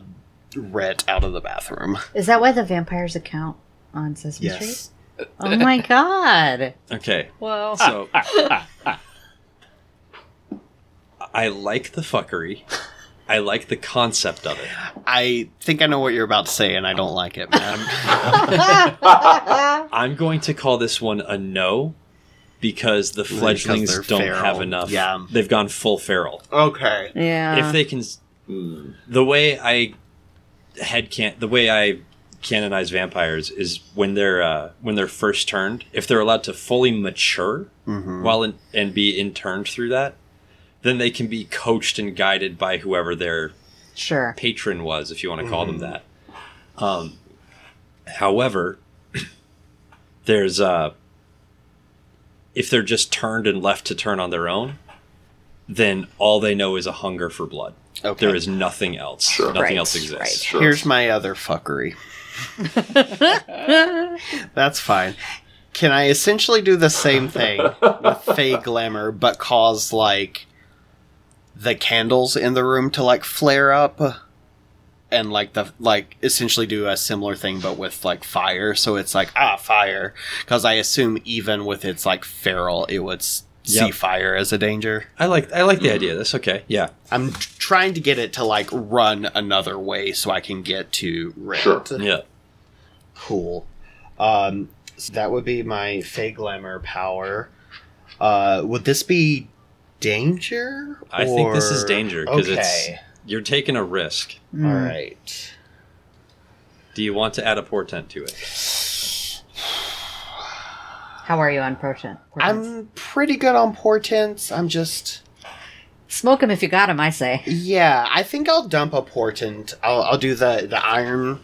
Speaker 4: Rhett out of the bathroom.
Speaker 3: Is that why the vampire's account on Sesame
Speaker 4: Yes.
Speaker 3: Street? Oh my god.
Speaker 1: okay.
Speaker 3: Well,
Speaker 1: So I like the fuckery. I like the concept of it.
Speaker 4: I think I know what you're about to say, and I don't like it, man.
Speaker 1: I'm going to call this one a no because the fledglings
Speaker 4: they're
Speaker 1: don't
Speaker 4: feral.
Speaker 1: have enough.
Speaker 4: Yeah.
Speaker 1: They've gone full feral.
Speaker 4: okay.
Speaker 3: yeah.
Speaker 1: if they can
Speaker 5: Mm.
Speaker 1: the way I head can the way I canonize vampires is when they're uh, when they're first turned, if they're allowed to fully mature
Speaker 4: Mhm.
Speaker 1: while in, and be interned through that, then they can be coached and guided by whoever their
Speaker 3: sure.
Speaker 1: patron was, if you want to call them that. Um, however, there's uh, if they're just turned and left to turn on their own, then all they know is a hunger for blood.
Speaker 4: Okay.
Speaker 1: There is nothing else.
Speaker 5: Sure.
Speaker 1: Nothing
Speaker 3: Right,
Speaker 1: else exists.
Speaker 5: Sure.
Speaker 4: Here's my other fuckery.
Speaker 3: Mm.
Speaker 4: That's fine. Can I essentially do the same thing with Fey Glamour, but cause, like, the candles in the room to, like, flare up? And, like, the, like, essentially do a similar thing, but with, like, fire. So it's like, ah, fire. Because I assume even with its, like, feral, it would s- see
Speaker 1: Yep.
Speaker 4: fire as a danger.
Speaker 1: I like I like the idea. That's okay. Yeah.
Speaker 4: I'm t- trying to get it to like run another way so I can get to Red.
Speaker 5: Sure.
Speaker 1: Yeah.
Speaker 4: Cool. Um, so that would be my Fey Glamour power. Uh, would this be danger?
Speaker 1: I think this is
Speaker 4: Or-
Speaker 1: danger because
Speaker 4: Okay.
Speaker 1: it's you're taking a risk.
Speaker 4: All
Speaker 3: Mm.
Speaker 4: right.
Speaker 1: Do you want to add a portent to it?
Speaker 3: How are you on protein?
Speaker 4: I'm pretty good on portents. I'm just
Speaker 3: Smoke him if you got him, I say.
Speaker 4: yeah. I think I'll dump a portent. I'll I'll do the the iron.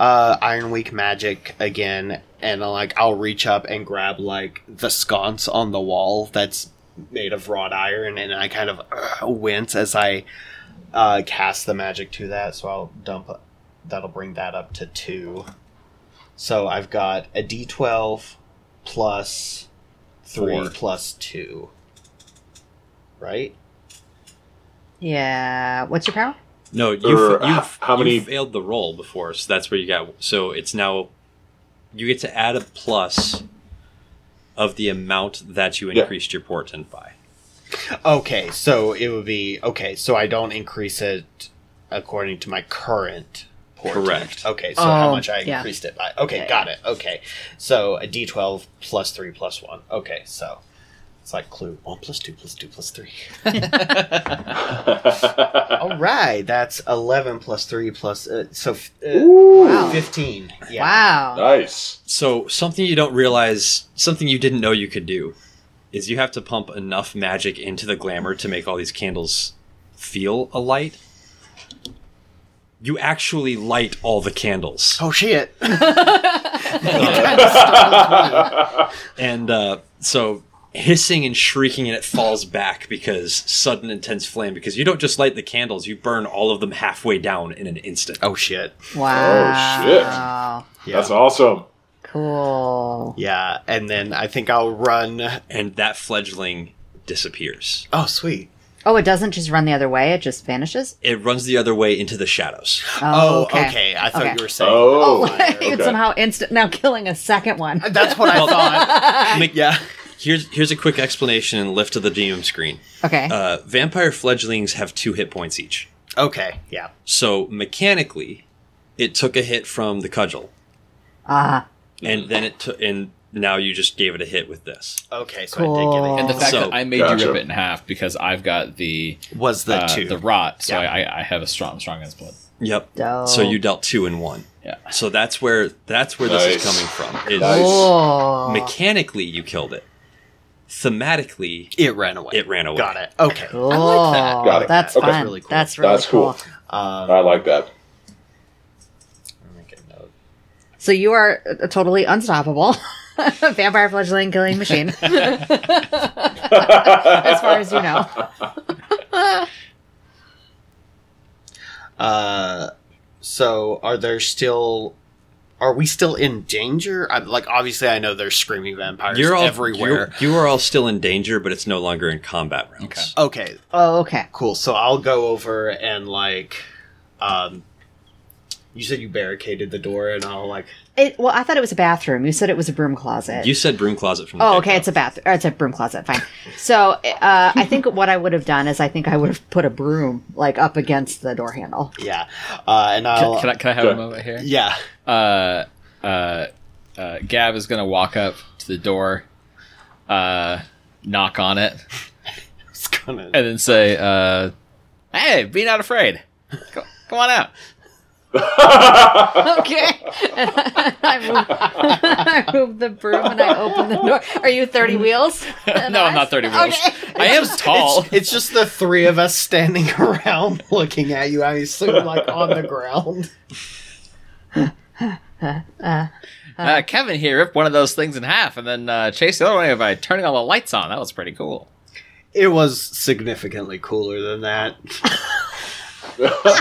Speaker 4: Uh, Iron Weak magic again, and I'll, like I'll reach up and grab like the sconce on the wall that's made of wrought iron, and I kind of uh, wince as I uh, cast the magic to that. So I'll dump that'll bring that up to two. So I've got a D12 plus three
Speaker 1: Four.
Speaker 4: plus two, right?
Speaker 3: Yeah. What's your power?
Speaker 1: No, you
Speaker 5: Or
Speaker 1: you
Speaker 5: h- how many-
Speaker 1: you failed the roll before, so that's where you got. So it's now you get to add a plus of the amount that you
Speaker 5: Yeah.
Speaker 1: increased your portent by.
Speaker 4: Okay, so it would be okay. So I don't increase it according to my current portent.
Speaker 1: Correct.
Speaker 4: Okay, so how
Speaker 3: Oh,
Speaker 4: much I
Speaker 3: yeah.
Speaker 4: increased it by? Okay,
Speaker 3: Yeah,
Speaker 4: got it. Okay, so a D twelve plus three plus one. Okay, so it's like clue one plus two plus two plus three. All right, that's eleven plus three plus uh, so f- uh,
Speaker 3: Wow.
Speaker 4: fifteen. Yeah.
Speaker 3: Wow.
Speaker 5: Nice.
Speaker 1: So something you don't realize, something you didn't know you could do, is you have to pump enough magic into the glamour to make all these candles feel alight. You actually light all the candles,
Speaker 4: Oh shit!
Speaker 1: and uh, so hissing and shrieking, and it falls back because sudden intense flame. Because you don't just light the candles; you burn all of them halfway down in an instant.
Speaker 4: Oh shit!
Speaker 3: Wow.
Speaker 4: Yeah.
Speaker 5: That's awesome.
Speaker 3: Cool.
Speaker 4: yeah, and then I think I'll run.
Speaker 1: and that fledgling disappears.
Speaker 4: Oh sweet!
Speaker 3: Oh, it doesn't just run the other way; it just vanishes.
Speaker 1: It runs the other way into the shadows.
Speaker 4: Oh, okay. I thought
Speaker 3: Okay.
Speaker 4: you were saying.
Speaker 5: Oh,
Speaker 3: it's somehow instant now killing a second one.
Speaker 4: That's what I thought.
Speaker 1: Make-
Speaker 4: yeah.
Speaker 1: Here's here's a quick explanation and lift to the DM screen.
Speaker 3: Okay.
Speaker 1: Uh, vampire fledglings have two hit points each,
Speaker 4: Okay. Yeah.
Speaker 1: so mechanically, it took a hit from the cudgel,
Speaker 3: Ah.
Speaker 1: and then it took and now you just gave it a hit with this.
Speaker 4: Okay. So
Speaker 3: Cool.
Speaker 4: I did
Speaker 2: And
Speaker 4: get
Speaker 2: the
Speaker 4: it.
Speaker 2: fact
Speaker 1: So-
Speaker 2: that I made
Speaker 5: Oh, Gotcha.
Speaker 2: you rip it in half because I've got the
Speaker 4: was the
Speaker 2: uh,
Speaker 4: two.
Speaker 2: the rot, so
Speaker 4: Yeah.
Speaker 2: I, I have a strong strong against blood.
Speaker 1: Yep.
Speaker 3: Dope.
Speaker 1: So you dealt two and one.
Speaker 2: Yeah.
Speaker 1: So that's where that's where this is
Speaker 5: Nice.
Speaker 1: coming from. Is
Speaker 5: Nice.
Speaker 3: Cool.
Speaker 1: mechanically you killed it. Thematically,
Speaker 4: it ran away.
Speaker 1: it ran away.
Speaker 4: Got it. Okay.
Speaker 3: Cool.
Speaker 2: that.
Speaker 5: Got it.
Speaker 3: That's
Speaker 5: Okay.
Speaker 3: fun.
Speaker 4: Really cool.
Speaker 3: That's really
Speaker 5: That's
Speaker 3: cool.
Speaker 5: cool.
Speaker 4: Um,
Speaker 5: I like that.
Speaker 4: let me get a note.
Speaker 3: So you are uh, totally unstoppable. Vampire fledgling killing machine. as far as you know.
Speaker 4: uh, so are there still? Are we still in danger? I'm, like, obviously, I know there's screaming vampires
Speaker 1: You're all
Speaker 4: everywhere.
Speaker 1: You're, you are all still in danger, but it's no longer in combat rounds.
Speaker 2: Okay.
Speaker 4: Okay.
Speaker 3: Oh, okay.
Speaker 4: Cool. So I'll go over and like, um, you said you barricaded the door, and I'll like
Speaker 3: It, well, I thought it was a bathroom. You said it was a broom closet.
Speaker 1: You said broom closet from. The
Speaker 3: Oh,
Speaker 1: get-go.
Speaker 3: okay. It's a bath. Or it's a broom closet. Fine. So, uh, I think what I would have done is I think I would have put a broom like up against the door handle.
Speaker 4: Yeah, uh, and I'll
Speaker 2: Can, can I, can I have
Speaker 5: Go
Speaker 2: a moment here?
Speaker 4: yeah.
Speaker 2: Uh, uh, uh, Gav is gonna walk up to the door, uh, knock on it,
Speaker 4: It's gonna
Speaker 2: and then say, uh, "Hey, be not afraid. Come, come on out."
Speaker 3: Okay. And I move, I move the broom and I open the door. Are you
Speaker 1: Mm.
Speaker 3: 30 wheels? And
Speaker 2: no, I'm not thirty wheels.
Speaker 3: Okay.
Speaker 2: I am tall.
Speaker 4: It's, it's just the three of us standing around looking at you. I assume like on the ground.
Speaker 2: Uh, Kevin here ripped one of those things in half and then uh, chased the other one by turning all the lights on. That was pretty cool.
Speaker 4: It was significantly cooler than that.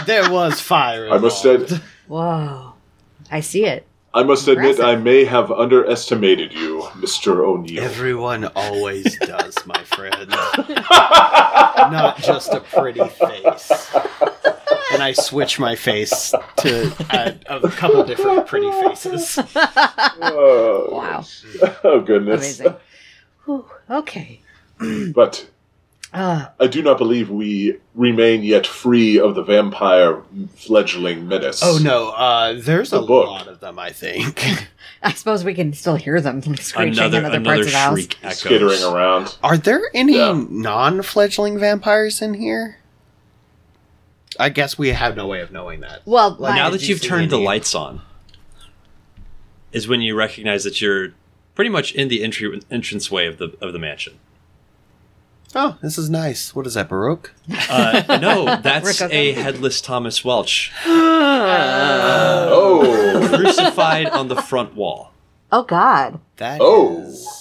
Speaker 4: there was fire.
Speaker 5: I must
Speaker 4: involved.
Speaker 5: ad-
Speaker 3: Whoa. I see it.
Speaker 5: I must admit
Speaker 3: Impressive.
Speaker 5: I may have underestimated you, Mister O'Neill.
Speaker 4: Everyone always does, my friend. Not just a pretty face. And I switch my face to uh, a couple different pretty faces.
Speaker 5: Oh,
Speaker 3: Wow.
Speaker 5: oh goodness!
Speaker 3: Amazing. Whew. Okay.
Speaker 5: But
Speaker 3: Uh,
Speaker 5: I do not believe we remain yet free of the vampire fledgling menace.
Speaker 4: Oh no, uh, there's a
Speaker 5: The book.
Speaker 4: lot of them. I think.
Speaker 3: I suppose we can still hear them screeching
Speaker 1: Another
Speaker 3: in other
Speaker 1: another
Speaker 3: parts of the house.
Speaker 1: shriek echoes.
Speaker 5: Skittering around.
Speaker 4: Are there any
Speaker 5: Yeah.
Speaker 4: non-fledgling vampires in here? I guess we have no way of knowing that.
Speaker 3: Well,
Speaker 4: Like,
Speaker 1: Now
Speaker 3: my-
Speaker 4: Did
Speaker 1: that
Speaker 4: you
Speaker 1: you've
Speaker 4: see
Speaker 1: turned the
Speaker 4: any-
Speaker 1: lights on, is when you recognize that you're pretty much in the entry entranceway of the of the mansion.
Speaker 4: Oh, this is nice. What is that, Baroque?
Speaker 1: Uh, no, that's
Speaker 3: Rococo.
Speaker 1: a headless Thomas Welch
Speaker 5: Oh,
Speaker 1: crucified on the front wall.
Speaker 3: oh God,
Speaker 4: That
Speaker 5: Oh.
Speaker 4: is-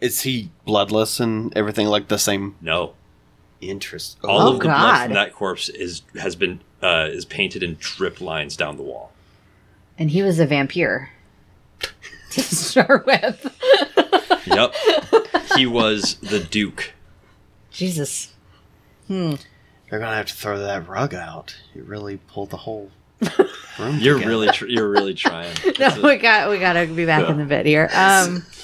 Speaker 4: Is he bloodless and everything like the same
Speaker 1: No,
Speaker 4: interest?
Speaker 1: all
Speaker 3: Oh,
Speaker 1: of the blood
Speaker 3: God.
Speaker 1: from that corpse is has been uh, is painted in drip lines down the wall.
Speaker 3: and he was a vampire to start with.
Speaker 1: Yep, he was the Duke.
Speaker 3: Jesus,
Speaker 4: They're gonna have to throw that rug out. You really pulled the whole room.
Speaker 1: You're
Speaker 4: together.
Speaker 1: really tr- you're really trying.
Speaker 3: no, we got we gotta be back in the bit here. Um,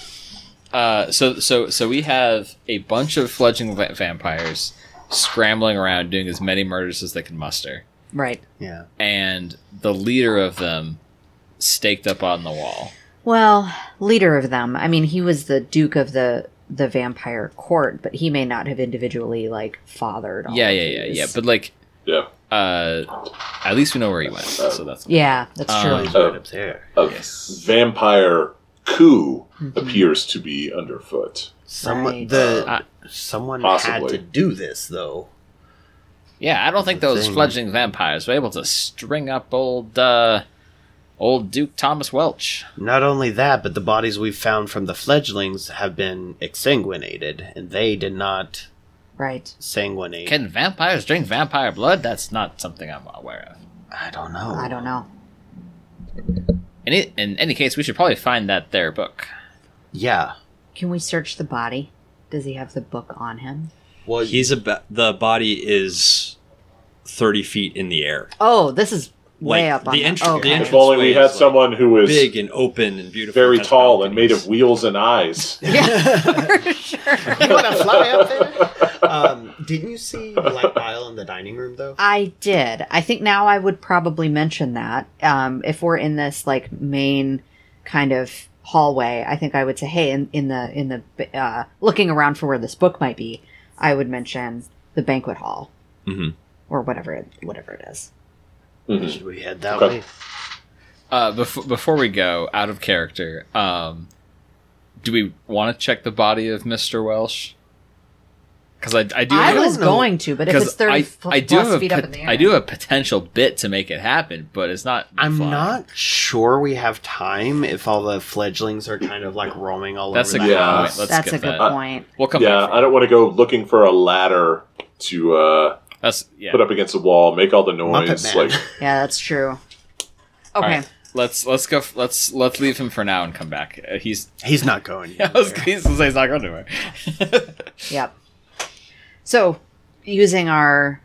Speaker 2: Uh, so so so we have a bunch of fledgling va- vampires scrambling around doing as many murders as they can muster,
Speaker 3: Right.
Speaker 4: Yeah.
Speaker 2: and the leader of them staked up on the wall.
Speaker 3: Well, leader of them. I mean, he was the duke of the the vampire court, but he may not have individually like fathered. All
Speaker 2: yeah,
Speaker 3: of
Speaker 2: yeah, yeah,
Speaker 3: these.
Speaker 2: yeah. But like,
Speaker 5: Yeah.
Speaker 2: uh, at least we know where he went, so that's
Speaker 3: yeah, that's true.
Speaker 2: Um,
Speaker 4: He's Oh. right up there.
Speaker 5: A
Speaker 2: Yes.
Speaker 5: vampire coup
Speaker 3: Mm-hmm.
Speaker 5: appears to be underfoot.
Speaker 4: Someone
Speaker 3: Right.
Speaker 4: the
Speaker 2: Uh,
Speaker 4: someone had
Speaker 5: possibly.
Speaker 4: to do this though.
Speaker 2: Yeah, I don't think those
Speaker 4: thing.
Speaker 2: fledgling vampires were able to string up old uh, old Duke Thomas Welch.
Speaker 4: Not only that, but the bodies we've found from the fledglings have been exsanguinated, and they did not
Speaker 3: right.
Speaker 4: sanguinate.
Speaker 2: Can vampires drink vampire blood? That's not something I'm aware of.
Speaker 4: I don't know.
Speaker 3: I don't know.
Speaker 2: In, i- in any case, we should probably find that there book.
Speaker 4: Yeah.
Speaker 3: Can we search the body? Does he have the book on him?
Speaker 4: Well,
Speaker 1: He's about the body is thirty feet in the air.
Speaker 3: Oh, this is way
Speaker 1: Like,
Speaker 3: up on
Speaker 1: the entr-
Speaker 3: Oh,
Speaker 1: the
Speaker 3: okay.
Speaker 5: If only we
Speaker 1: Entranceway
Speaker 5: had
Speaker 1: is, like,
Speaker 5: someone who was
Speaker 1: Big and open and beautiful.
Speaker 5: very
Speaker 1: That's
Speaker 5: tall
Speaker 1: how
Speaker 5: and
Speaker 1: it
Speaker 5: made
Speaker 1: is.
Speaker 5: of wheels and eyes.
Speaker 3: for sure.
Speaker 4: you want to fly up there? Um, didn't you see Black Bile in the dining room though?
Speaker 3: I did. I think now I would probably mention that um, if we're in this like main kind of hallway. I think I would say, hey, in, in the in the uh, looking around for where this book might be, I would mention the banquet hall
Speaker 1: Mhm.
Speaker 3: or whatever it, whatever it is.
Speaker 5: Mhm.
Speaker 4: Should we head that
Speaker 5: Okay.
Speaker 4: way?
Speaker 2: Uh, before before we go out of character, um, do we want to check the body of Mister Welch? Because I, I do.
Speaker 3: I
Speaker 2: have-
Speaker 3: was
Speaker 4: know.
Speaker 3: going to, but if it's
Speaker 2: Because
Speaker 3: thirty
Speaker 2: I,
Speaker 3: fl-
Speaker 2: I do
Speaker 3: plus
Speaker 2: have a
Speaker 3: feet up in
Speaker 2: pot-
Speaker 3: the air,
Speaker 2: I do have a potential bit to make it happen, but it's not.
Speaker 4: I'm
Speaker 2: flying.
Speaker 4: not sure we have time if all the fledglings are kind of like roaming all
Speaker 2: That's a
Speaker 4: over
Speaker 2: good
Speaker 4: the
Speaker 5: Yeah.
Speaker 2: point.
Speaker 4: house.
Speaker 2: Let's
Speaker 3: That's a
Speaker 2: skip
Speaker 3: good
Speaker 2: that.
Speaker 3: point.
Speaker 2: We'll come
Speaker 5: Yeah,
Speaker 2: back. for
Speaker 5: I don't want to go looking for a ladder to uh,
Speaker 2: it. That's yeah.
Speaker 5: put up against the wall, make all the noise.
Speaker 4: Muppet Man.
Speaker 5: Like,
Speaker 3: Yeah, that's true.
Speaker 2: All
Speaker 3: Okay.
Speaker 2: right, let's let's go. f- Let's let's leave him for now and come back. Uh, he's.
Speaker 4: He's not going.
Speaker 2: I was
Speaker 4: anywhere.
Speaker 2: gonna say he's not going anywhere.
Speaker 3: Yep. So, using our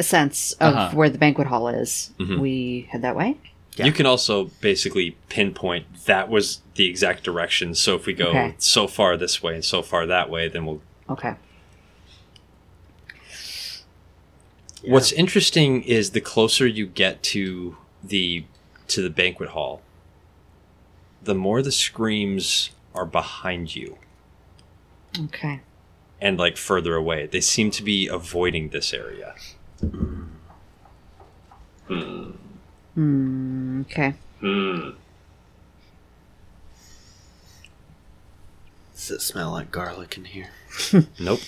Speaker 3: sense of
Speaker 2: Uh-huh.
Speaker 3: where the banquet hall is, we head that way.
Speaker 4: Yeah.
Speaker 1: You can also basically pinpoint that was the exact direction. So if we go
Speaker 3: Okay.
Speaker 1: so far this way and so far that way, then we'll.
Speaker 3: Okay.
Speaker 1: What's interesting is the closer you get to the to the banquet hall, the more the screams are behind you
Speaker 3: Okay.
Speaker 1: and like further away. They seem to be avoiding this area.
Speaker 3: Hmm. Okay.
Speaker 5: hmm.
Speaker 4: Does it smell like garlic in here?
Speaker 1: Nope.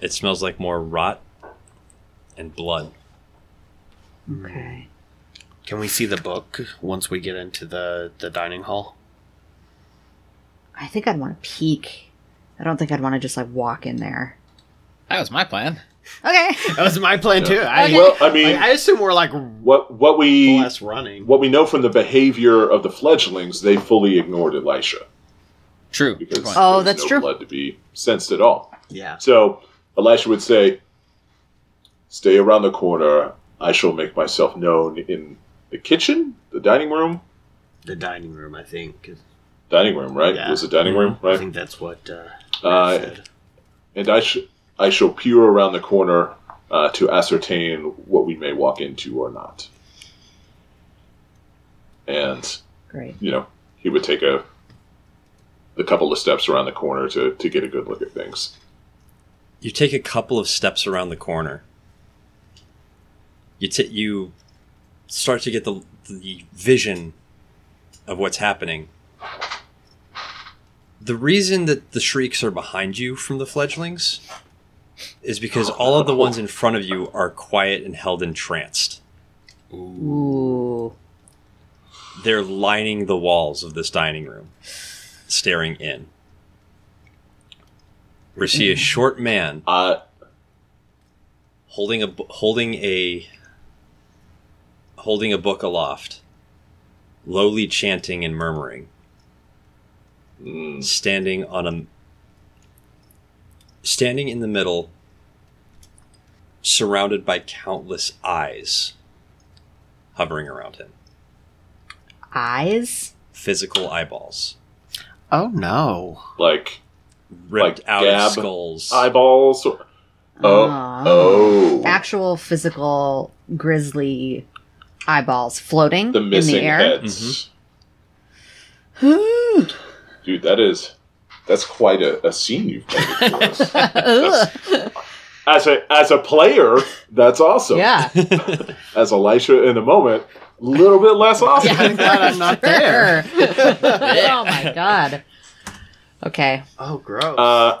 Speaker 1: It smells like more rot and blood.
Speaker 3: Okay.
Speaker 4: Can we see the book once we get into the the dining hall?
Speaker 3: I think I'd want to peek. I don't think I'd want to just like walk in there.
Speaker 2: That was my plan.
Speaker 3: Okay.
Speaker 4: That was my plan too. I,
Speaker 5: Well, I mean,
Speaker 4: I assume we're like
Speaker 5: what what we
Speaker 4: less running.
Speaker 5: what we know from the behavior of the fledglings, they fully ignored Elisha
Speaker 2: True. Good
Speaker 5: because
Speaker 2: point.
Speaker 3: Oh,
Speaker 5: there was
Speaker 3: that's
Speaker 5: no
Speaker 3: true.
Speaker 5: blood to be sensed at all.
Speaker 4: Yeah.
Speaker 5: So Elisha would say, "Stay around the corner. I shall make myself known in the kitchen, the dining room,
Speaker 4: The dining room, I think. is-
Speaker 5: dining room. Right?
Speaker 4: Yeah. Mm-hmm.
Speaker 5: It was a dining room,
Speaker 4: I
Speaker 5: right?
Speaker 4: think that's what. Uh,
Speaker 5: Uh,
Speaker 4: Matt said.
Speaker 5: and I, sh- I shall peer around the corner uh, to ascertain what we may walk into or not. And
Speaker 3: Great.
Speaker 5: you know, he would take a the couple of steps around the corner to to get a good look at things.
Speaker 1: You take a couple of steps around the corner. You t- you start to get the the vision of what's happening. The reason that the shrieks are behind you from the fledglings is because all of the ones in front of you are quiet and held entranced.
Speaker 3: Ooh.
Speaker 1: They're lining the walls of this dining room, staring in. We see
Speaker 5: Mm.
Speaker 1: a short man
Speaker 5: Uh,
Speaker 1: holding a bo- holding a holding a book aloft, lowly chanting and murmuring,
Speaker 5: mm,
Speaker 1: standing on a standing in the middle, surrounded by countless eyes hovering around him,
Speaker 3: Eyes.
Speaker 1: physical eyeballs.
Speaker 4: Oh no.
Speaker 5: like
Speaker 1: ripped
Speaker 5: Like
Speaker 1: out
Speaker 5: gab.
Speaker 1: of skulls.
Speaker 5: eyeballs or oh
Speaker 3: Aw.
Speaker 5: oh
Speaker 3: Actual physical grizzly eyeballs floating
Speaker 5: the missing
Speaker 3: in the air.
Speaker 5: heads. Dude, that is that's quite a, a scene you've played for us. That's- as a as a player, that's awesome.
Speaker 3: yeah.
Speaker 5: As Elisha in the moment, a little bit less awesome.
Speaker 4: I'm glad I'm not there.
Speaker 3: Sure. oh my god. Okay.
Speaker 4: Oh gross.
Speaker 5: Uh,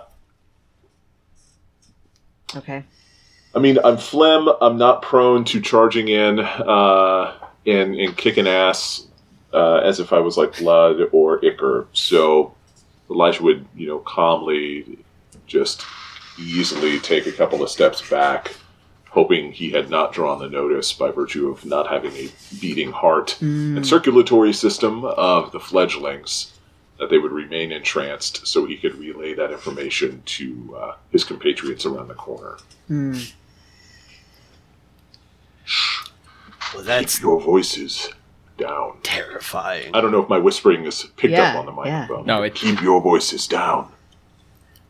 Speaker 3: Okay.
Speaker 5: I mean, I'm phlegm. I'm not prone to charging in uh, and and kicking ass uh, as if I was like blood or Icar. So Elijah would, you know, calmly, just easily take a couple of steps back, hoping he had not drawn the notice by virtue of not having a beating heart and circulatory system of the fledglings. That they would remain entranced, so he could relay that information to uh, his compatriots around the corner.
Speaker 4: well, that's
Speaker 5: Your voices down.
Speaker 4: terrifying.
Speaker 5: I don't know if my whispering is picked
Speaker 3: Yeah,
Speaker 5: up on the microphone.
Speaker 2: yeah. No, it-
Speaker 5: Keep your voices down.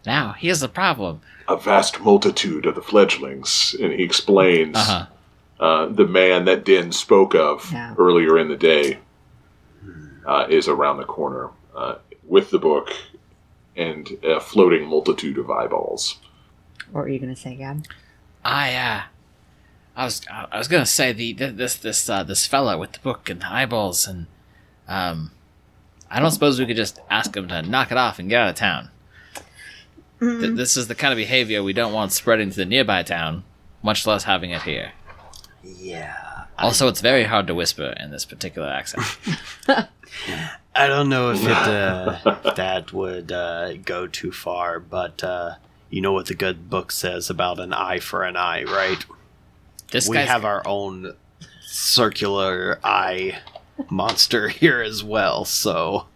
Speaker 2: Now, here's the problem.
Speaker 5: A vast multitude of the fledglings, and he explains
Speaker 2: Uh-huh.
Speaker 5: uh, the man that Din spoke of
Speaker 3: Yeah.
Speaker 5: earlier in the day uh, is around the corner uh, with the book and a floating multitude of eyeballs.
Speaker 3: What were you gonna say, Gab?
Speaker 2: I uh, I was I I was gonna say the th- this this uh, this fella with the book and the eyeballs and um, I don't suppose we could just ask him to knock it off and get out of town. Th-
Speaker 4: Mm-hmm.
Speaker 2: this is the kind of behavior we don't want spreading to the nearby town, much less having it here.
Speaker 4: Yeah.
Speaker 2: Also, it's very hard to whisper in this particular accent.
Speaker 4: I don't know if it uh, if that would uh, go too far, but uh, you know what the good book says about an eye for an eye, right?
Speaker 2: This
Speaker 4: we
Speaker 2: guy's
Speaker 4: have our own circular eye monster here as well, so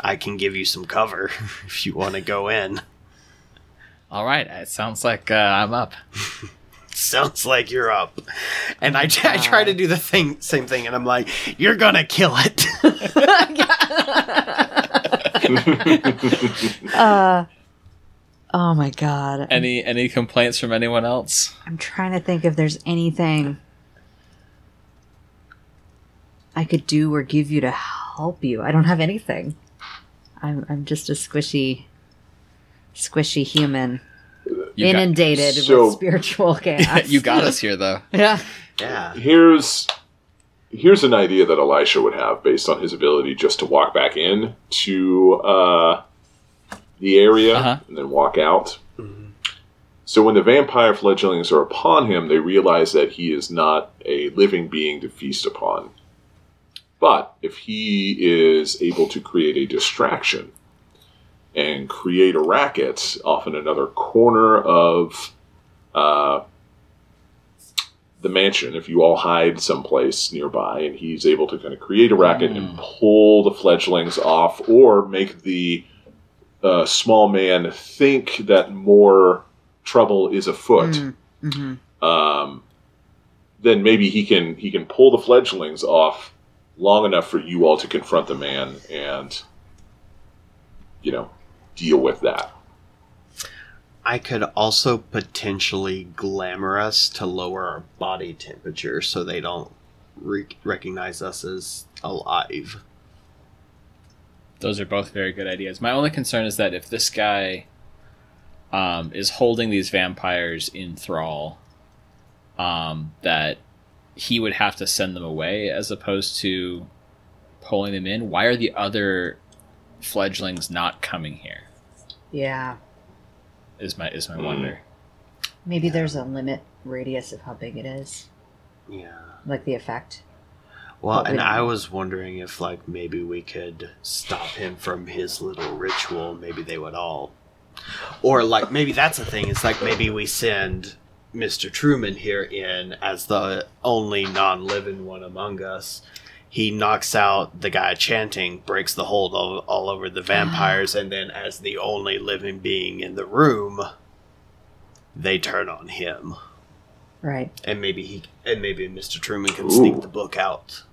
Speaker 4: I can give you some cover if you want to go in.
Speaker 2: all right. It sounds like uh, I'm up.
Speaker 4: Sounds like you're up, and I, I try to do the thing, same thing, and I'm like, "You're gonna kill it."
Speaker 3: Uh oh my god.
Speaker 2: Any any complaints from anyone else?
Speaker 3: I'm trying to think if there's anything I could do or give you to help you. I don't have anything. I'm I'm just a squishy squishy human
Speaker 2: You got,
Speaker 3: inundated
Speaker 5: So-
Speaker 3: with spiritual chaos.
Speaker 2: you got us here though.
Speaker 3: Yeah.
Speaker 4: yeah.
Speaker 5: here's here's an idea that Elisha would have based on his ability just to walk back in to uh, the area
Speaker 2: Uh-huh.
Speaker 5: and then walk out. So when the vampire fledglings are upon him, they realize that he is not a living being to feast upon. But if he is able to create a distraction and create a racket off in another corner of uh, the mansion, if you all hide someplace nearby, and he's able to kind of create a racket and pull the fledglings off, or make the uh, small man think that more trouble is afoot,
Speaker 3: Hmm. Mm-hmm.
Speaker 5: um, then maybe he can he can pull the fledglings off long enough for you all to confront the man and you know deal with that.
Speaker 4: I could also potentially glamour us to lower our body temperature so they don't re- recognize us as alive.
Speaker 2: those are both very good ideas. My only concern is that if this guy um, is holding these vampires in thrall, um, that he would have to send them away as opposed to pulling them in. Why are the other fledglings not coming here?
Speaker 3: Yeah.
Speaker 2: Is my is my
Speaker 5: Hmm.
Speaker 2: wonder.
Speaker 3: Maybe there's a limit radius of how big it is.
Speaker 4: Yeah.
Speaker 3: Like the effect.
Speaker 4: Well,
Speaker 3: But we
Speaker 4: and
Speaker 3: don't-
Speaker 4: I was wondering if, like, maybe we could stop him from his little ritual. Maybe they would all. Or, like, maybe that's the thing. It's like maybe we send Mr. Truman here in as the only non living one among us. He knocks out the guy chanting, breaks the hold all, all over the vampires, and then, as the only living being in the room, they turn on him.
Speaker 3: Right.
Speaker 4: And maybe he, and maybe Mr. Truman can
Speaker 5: Ooh.
Speaker 4: sneak the book out.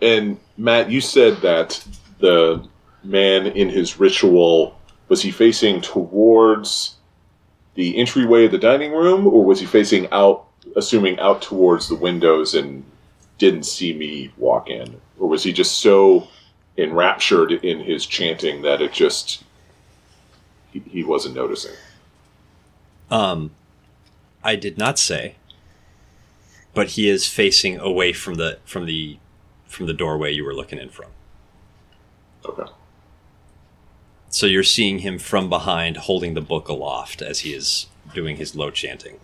Speaker 5: And Matt, you said that the man in his ritual was he facing towards the entryway of the dining room, or was he facing out, assuming out towards the windows and didn't see me walk in, or was he just so enraptured in his chanting that it just he, he wasn't noticing?
Speaker 1: Um, I did not say, but he is facing away from the from the from the doorway you were looking in from.
Speaker 5: Okay.
Speaker 1: So you're seeing him from behind, holding the book aloft as he is doing his low chanting.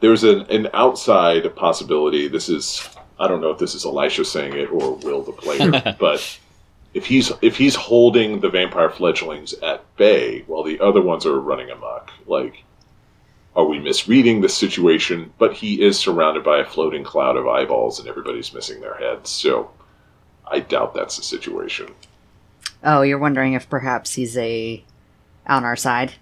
Speaker 5: there's an, an outside possibility. This is I don't know if this is Elisha saying it or Will the player, but if he's if he's holding the vampire fledglings at bay while the other ones are running amok, like are we misreading the situation? But he is surrounded by a floating cloud of eyeballs and everybody's missing their heads, so I doubt that's the situation.
Speaker 3: Oh, you're wondering if perhaps he's a on our side,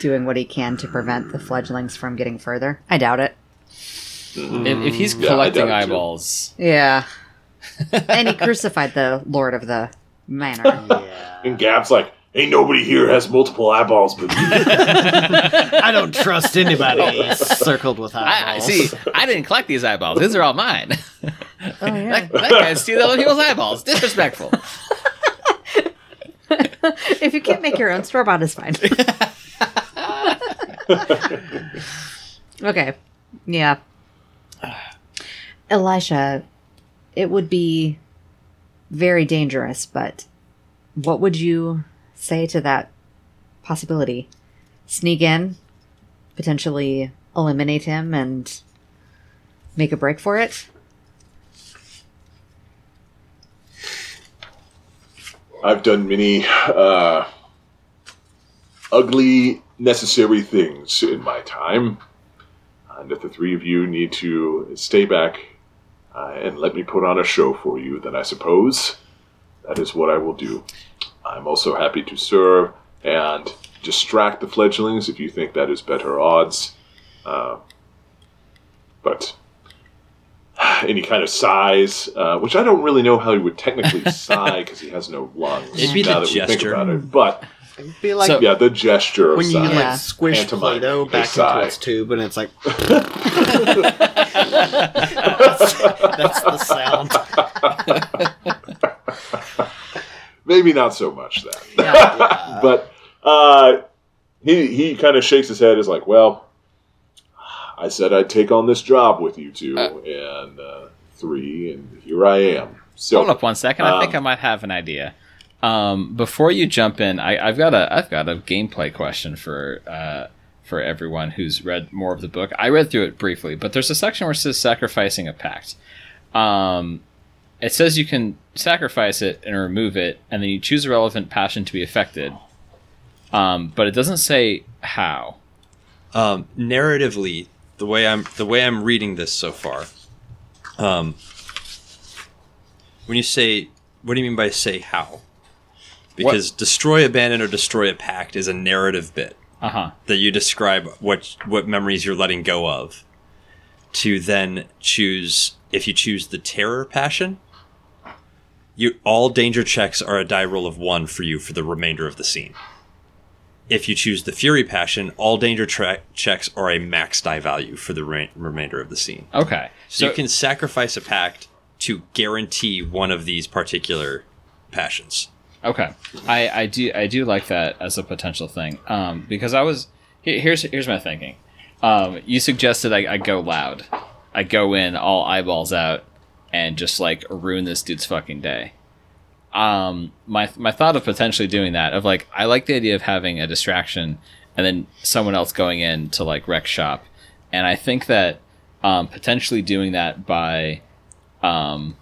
Speaker 3: doing what he can to prevent the fledglings from getting further. I doubt it.
Speaker 2: If, if he's
Speaker 5: Hmm. Yeah, I
Speaker 2: collecting
Speaker 5: doubt it, too.
Speaker 2: eyeballs,
Speaker 3: Yeah. and he crucified the Lord of the Manor.
Speaker 5: And Gab's like, Ain't nobody here has multiple eyeballs but me."
Speaker 4: I don't trust anybody circled with
Speaker 2: I, I
Speaker 4: eyeballs.
Speaker 2: see. I didn't collect these eyeballs. These are all mine.
Speaker 3: oh yeah.
Speaker 2: that, that guy's stealing other people's eyeballs. Disrespectful.
Speaker 3: if you can't make your own store bought is fine. okay. Yeah. Elisha, it would be very dangerous, but what would you say to that possibility? Sneak in, potentially eliminate him and make a break for it?
Speaker 5: I've done many uh, ugly, necessary things in my time. And if the three of you need to stay back uh, and let me put on a show for you, then I suppose that is what I will do. I'm also happy to serve and distract the fledglings if you think that is better odds. Uh, but any kind of sighs, uh, which I don't really know how he would technically sigh because he has no lungs.
Speaker 1: It'd be
Speaker 5: now
Speaker 1: the
Speaker 5: that we think
Speaker 1: gesture.
Speaker 5: about it, but
Speaker 4: It'd be like
Speaker 2: So-
Speaker 5: yeah, the gesture of
Speaker 4: when you
Speaker 5: sigh.
Speaker 3: Yeah.
Speaker 4: like squish
Speaker 5: Pantomime.
Speaker 4: Play-Doh
Speaker 5: They
Speaker 4: back
Speaker 5: sigh.
Speaker 4: into its tube, and it's like that's the sound.
Speaker 5: Maybe not so much that,
Speaker 4: Yeah.
Speaker 5: but uh, he he kind of shakes his head. Is like, well, I said I'd take on this job with you two and uh, three, and here I am. So
Speaker 2: Hold up one second. I
Speaker 5: Um,
Speaker 2: think I might have an idea. Um, before you jump in, I, I've got a I've got a gameplay question for uh, for everyone who's read more of the book. I read through it briefly, but there's a section where it says sacrificing a pact. Um, it says you can sacrifice it and remove it, and then you choose a relevant passion to be affected. Um, but it doesn't say how.
Speaker 1: um, narratively the way i'm the way i'm reading this so far um, when you say what do you mean by say how because destroy abandon or destroy a pact is a narrative bit
Speaker 2: Uh huh.
Speaker 1: that you describe what what memories you're letting go of to then choose if you choose the terror passion you all danger checks are a die roll of 1 for you for the remainder of the scene if you choose the fury passion all danger tra- checks are a max die value for the re- remainder of the scene
Speaker 2: Okay.
Speaker 1: so you can sacrifice a pact to guarantee one of these particular passions
Speaker 2: Okay, I, I do I do like that as a potential thing um, because I was here, here's here's my thinking. Um, you suggested I, I go loud, I go in all eyeballs out, and just like ruin this dude's fucking day. Um, my my thought of potentially doing that of like I like the idea of having a distraction and then someone else going in to like wreck shop, and I think that um, potentially doing that by um,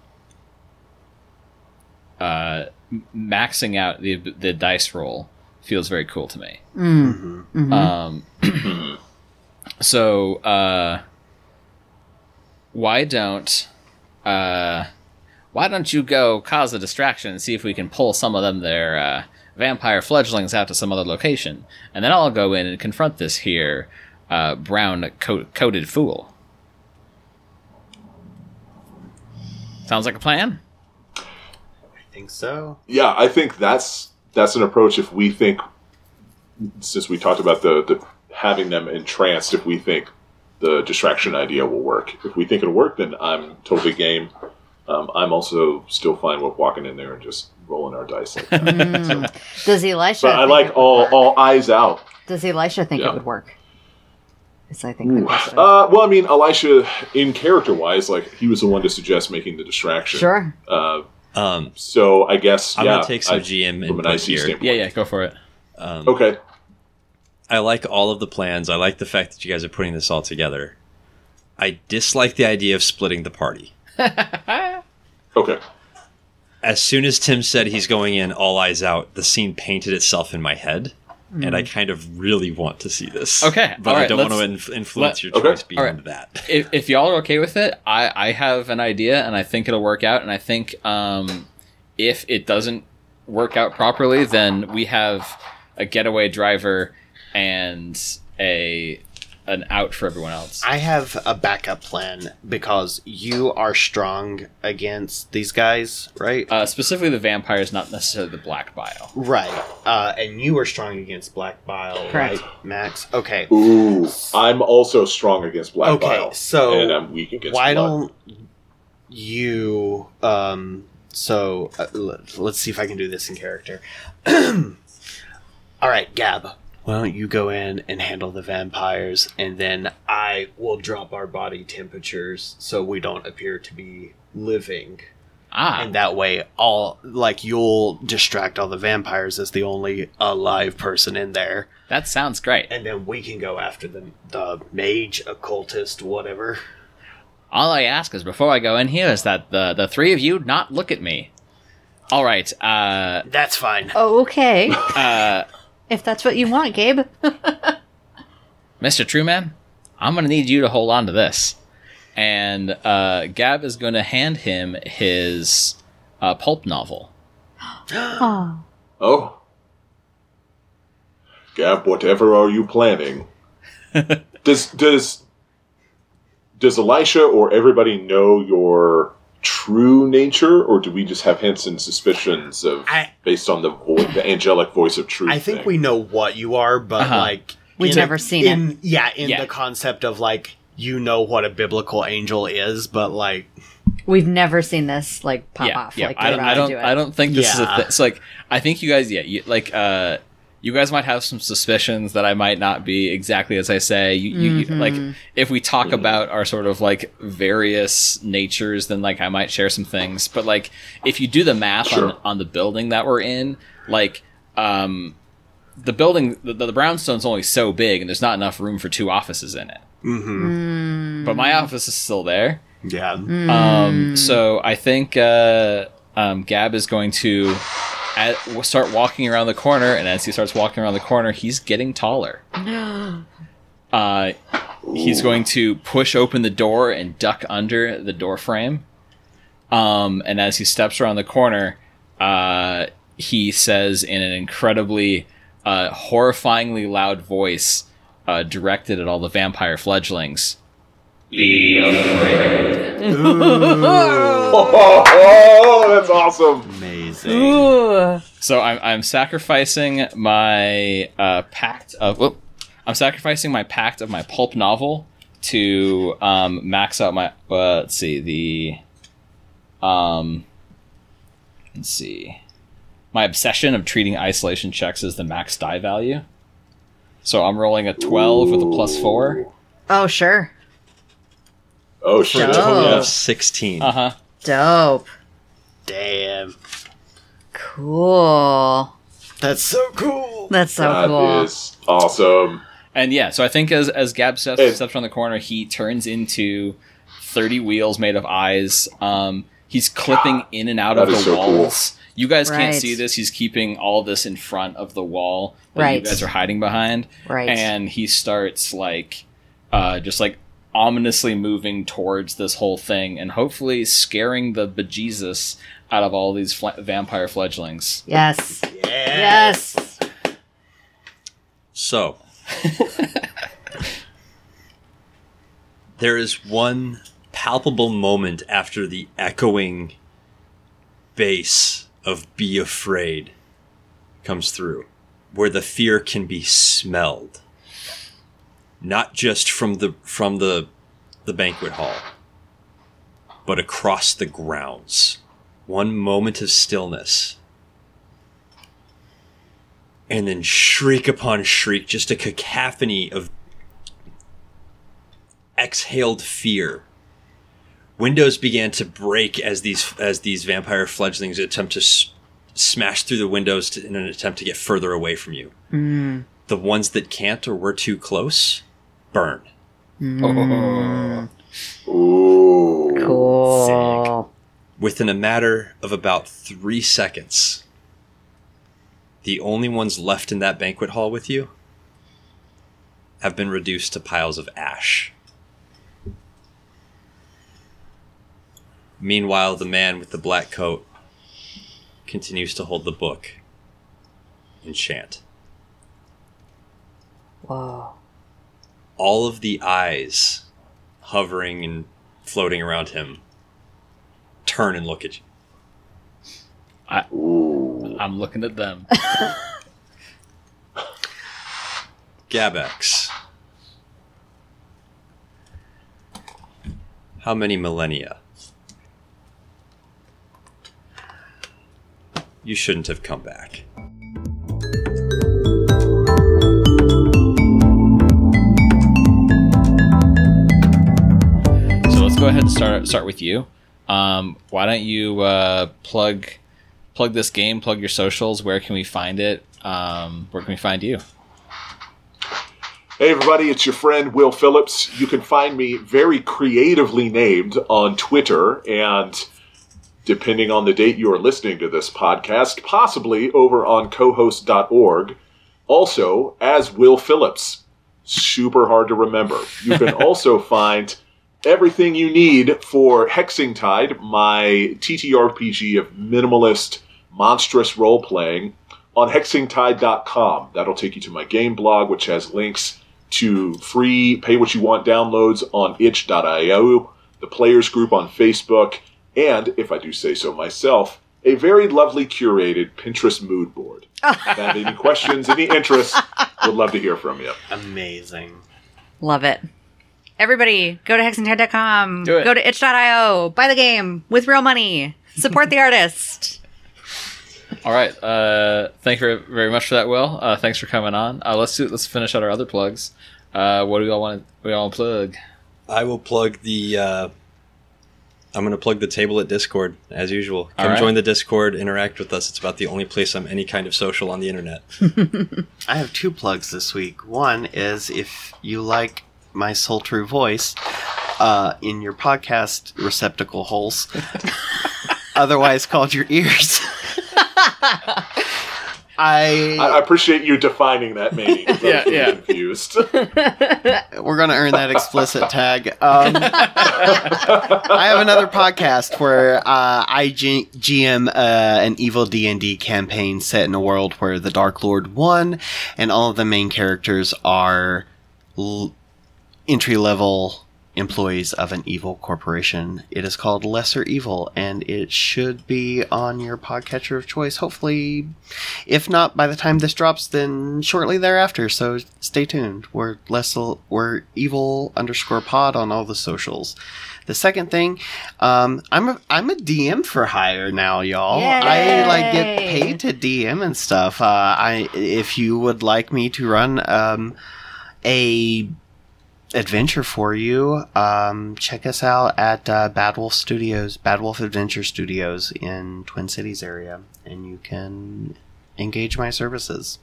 Speaker 2: uh, m- maxing out the the dice roll feels very cool to me. Um, so uh, why don't uh, why don't you go cause a distraction and see if we can pull some of them their uh, vampire fledglings out to some other location, and then I'll go in and confront this here uh, brown coat- coated fool. Sounds like a plan.
Speaker 4: I think so.
Speaker 5: Yeah, I think that's that's an approach. If we think, since we talked about the, the having them entranced, if we think the distraction idea will work, if we think it'll work, then I'm totally game. Um, I'm also still fine with walking in there and just rolling our dice. Like that.
Speaker 3: Does Elisha?
Speaker 5: but I
Speaker 3: think
Speaker 5: like
Speaker 3: it would
Speaker 5: all
Speaker 3: work?
Speaker 5: all eyes out.
Speaker 3: Does Elisha think
Speaker 5: Yeah.
Speaker 3: it would work? Is I think the question.
Speaker 5: Uh, well, I mean, Elisha, in character wise, like he was the one to suggest making the distraction.
Speaker 3: sure.
Speaker 5: Uh,
Speaker 1: Um,
Speaker 5: so I guess
Speaker 1: I'm
Speaker 5: yeah,
Speaker 1: gonna take some
Speaker 5: I-
Speaker 1: GM
Speaker 5: from an
Speaker 1: input
Speaker 5: IC
Speaker 1: here.
Speaker 5: standpoint.
Speaker 2: Yeah, yeah, go for it.
Speaker 1: Um,
Speaker 5: Okay.
Speaker 1: I like all of the plans. I like the fact that you guys are putting this all together. I dislike the idea of splitting the party.
Speaker 5: Okay.
Speaker 1: As soon as Tim said he's going in all eyes out, the scene painted itself in my head, and I kind of really want to see this.
Speaker 2: Hmm. Okay,
Speaker 1: but
Speaker 2: all
Speaker 1: I
Speaker 2: right,
Speaker 1: don't want to
Speaker 2: let's-
Speaker 1: inf- influence your
Speaker 5: Okay.
Speaker 1: choice
Speaker 2: all
Speaker 1: beyond
Speaker 2: right.
Speaker 1: that.
Speaker 2: If, if y'all are okay with it, I, I have an idea and I think it'll work out. And I think um, if it doesn't work out properly, then we have a getaway driver and a an out for everyone else.
Speaker 4: I have a backup plan because you are strong against these guys, right?
Speaker 2: Uh, specifically, the vampires, not necessarily the black bile.
Speaker 4: right. Uh, and you are strong against Black Bile,
Speaker 3: Correct.
Speaker 4: right, Max? Okay.
Speaker 5: Ooh, I'm also strong against black
Speaker 4: Okay,
Speaker 5: bile,
Speaker 4: so
Speaker 5: and um, I'm weak against.
Speaker 4: Why
Speaker 5: blood.
Speaker 4: don't you? Um, so uh, l- let's see if I can do this in character. All right, Gab. Why don't you go in and handle the vampires, and then I will drop our body temperatures so we don't appear to be living.
Speaker 2: Ah,
Speaker 4: And that way, all like you'll distract all the vampires as the only alive person in there,
Speaker 2: that sounds great.
Speaker 4: and then we can go after the the mage, occultist, whatever.
Speaker 2: All I ask is before I go in here is that the the three of you not look at me. All right. Uh,
Speaker 4: That's fine.
Speaker 3: Oh, okay.
Speaker 2: uh,
Speaker 3: if that's what you want, Gabe.
Speaker 2: Mr. Truman, I'm going to need you to hold on to this. And uh, Gab is going to hand him his uh, pulp novel.
Speaker 3: oh,
Speaker 5: Oh. Gab, whatever are you planning? does does does Elisha or everybody know your true nature, or do we just have hints and suspicions of
Speaker 4: I-
Speaker 5: based on the vo- the angelic voice of truth?
Speaker 4: I think
Speaker 5: thing?
Speaker 4: we know what you are, but
Speaker 2: Uh-huh.
Speaker 4: like
Speaker 3: We've
Speaker 4: in
Speaker 3: never seen
Speaker 4: in, Yeah, in
Speaker 2: Yeah.
Speaker 4: the concept of like you know what a biblical angel is, but like
Speaker 3: we've never seen this like pop off. like
Speaker 2: I
Speaker 3: they're
Speaker 2: don't,
Speaker 3: about
Speaker 2: I don't,
Speaker 3: to do it.
Speaker 2: I don't think this is a
Speaker 4: Yeah.
Speaker 2: thing. So, like, I think you guys, yeah, you, like, uh, you guys might have some suspicions that I might not be exactly as I say. You, you, you-
Speaker 3: Mm-hmm.
Speaker 2: like, if we talk about our sort of like various natures, then like I might share some things. But like, if you do the math on
Speaker 5: Sure.
Speaker 2: on the building that we're in, like, um, the building, the, the brownstone's only so big, and there's not enough room for two offices in it.
Speaker 3: Mm.
Speaker 2: Mm-hmm. But my office is still there.
Speaker 4: yeah.
Speaker 2: Um, so I think uh, um, Gab is going to at, w- start walking around the corner, and as he starts walking around the corner, he's getting taller. uh, he's going to push open the door and duck under the door frame. Um, and as he steps around the corner, uh, he says in an incredibly uh, horrifyingly loud voice, uh, directed at all the vampire fledglings.
Speaker 5: Oh, oh, oh, that's awesome!
Speaker 4: Amazing.
Speaker 2: So I'm, I'm sacrificing my uh, pact of. Whoop, I'm sacrificing my pact of my pulp novel to um, max out my. Uh, let's see the. Um, let's see, my obsession of treating isolation checks as the max die value. So I'm rolling a twelve with a plus four.
Speaker 3: oh, sure.
Speaker 5: Oh shit!
Speaker 1: A total
Speaker 3: Oh.
Speaker 1: of sixteen.
Speaker 2: Uh huh.
Speaker 3: Dope.
Speaker 4: Damn.
Speaker 3: Cool.
Speaker 4: That's so cool.
Speaker 3: That's so
Speaker 5: That
Speaker 3: cool.
Speaker 5: is awesome.
Speaker 2: And yeah, so I think as as Gab steps,
Speaker 5: Hey.
Speaker 2: steps around the corner, he turns into thirty wheels made of eyes. Um, he's clipping in and out
Speaker 5: Ah,
Speaker 2: of
Speaker 5: That
Speaker 2: the
Speaker 5: is so cool.
Speaker 2: walls. You guys can't
Speaker 3: Right.
Speaker 2: see this. He's keeping all this in front of the wall that you
Speaker 3: Right.
Speaker 2: guys are hiding behind,
Speaker 3: Right.
Speaker 2: and he starts like, uh, just like ominously moving towards this whole thing, and hopefully scaring the bejesus out of all these fla- vampire fledglings.
Speaker 3: yes.
Speaker 4: Yeah.
Speaker 3: Yes.
Speaker 1: So, there is one palpable moment after the echoing bass of Be Afraid comes through, where the fear can be smelled. Not just from the from the the banquet hall, but across the grounds. One moment of stillness. And then shriek upon shriek, just a cacophony of exhaled fear. Windows began to break as these as these vampire fledglings attempt to s- smash through the windows to, in an attempt to get further away from you. The ones that can't or were too close burn.
Speaker 3: Mm.
Speaker 5: Ooh.
Speaker 3: Cool.
Speaker 1: Within a matter of about three seconds, the only ones left in that banquet hall with you have been reduced to piles of ash. Meanwhile, the man with the black coat continues to hold the book and chant.
Speaker 3: Whoa.
Speaker 1: All of the eyes hovering and floating around him turn and look at you.
Speaker 5: Ooh.
Speaker 2: I'm looking at them.
Speaker 1: Gabex. How many millennia? You shouldn't have come back.
Speaker 2: So let's go ahead and start start with you. Um, why don't you uh, plug plug this game? Plug your socials. Where can we find it? Um, where can we find you?
Speaker 5: Hey, everybody, it's your friend Will Phillips. You can find me very creatively named on Twitter and. Depending on the date you are listening to this podcast, possibly over on cohost.org. Also, as Will Phillips. Super hard to remember. You can also find everything you need for Hexing Tide, my TTRPG of minimalist, monstrous role playing, on hexingtide.com. That'll take you to my game blog, which has links to free pay what you want downloads on itch.io, the players group on Facebook, and, if I do say so myself, a very lovely curated Pinterest mood board. If you have any questions, any interests, would love to hear from you.
Speaker 4: Amazing.
Speaker 3: Love it. Everybody, go to hexinghead.com.
Speaker 2: Do it.
Speaker 3: Go to itch.io. Buy the game with real money. Support the artist.
Speaker 2: All right. Uh, thank you very much for that, Will. Uh, thanks for coming on. Uh, let's do, let's finish out our other plugs. Uh, what do we all want? We all plug.
Speaker 1: I will plug the. Uh, I'm going to plug the table at Discord as usual. Come
Speaker 2: All right.
Speaker 1: join the Discord, interact with us. It's about the only place I'm any kind of social on the internet.
Speaker 4: I have two plugs this week. One is if you like my sultry voice uh, in your podcast receptacle holes, otherwise called your ears. I
Speaker 5: I I appreciate you defining that, meaning. 'cause
Speaker 2: Yeah,
Speaker 5: I was
Speaker 2: yeah.
Speaker 5: Confused.
Speaker 4: we're gonna earn that explicit tag. Um, I have another podcast where uh, I G- GM uh, an evil D and D campaign set in a world where the Dark Lord won, and all of the main characters are l- entry level employees of an evil corporation. It is called Lesser Evil, and it should be on your podcatcher of choice. Hopefully, if not by the time this drops, then shortly thereafter. So stay tuned. We're less we're evil underscore pod on all the socials. The second thing, um, I'm a, I'm a DM for hire now, y'all. I like get
Speaker 3: Yay.
Speaker 4: paid to DM and stuff. Uh, I if you would like me to run um, a adventure for you, um, check us out at uh, Bad Wolf Studios, Bad Wolf Adventure Studios in Twin Cities area, and you can engage my services.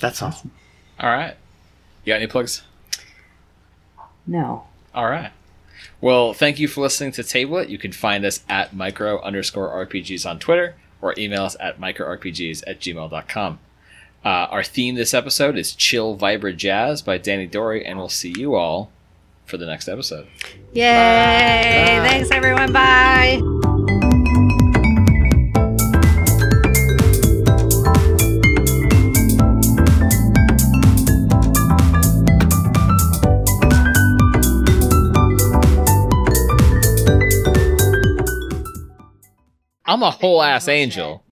Speaker 4: That's all.
Speaker 2: All right. You got any plugs?
Speaker 3: No.
Speaker 2: All right. Well, thank you for listening to Table It. You can find us at micro underscore RPGs on Twitter or email us at microRPGs at gmail.com. Uh, our theme this episode is Chill Vibrant Jazz by Danny Dory, and we'll see you all for the next episode.
Speaker 3: Yay. Thanks, everyone. Bye.
Speaker 2: I'm a whole ass
Speaker 3: bullshit.
Speaker 2: angel.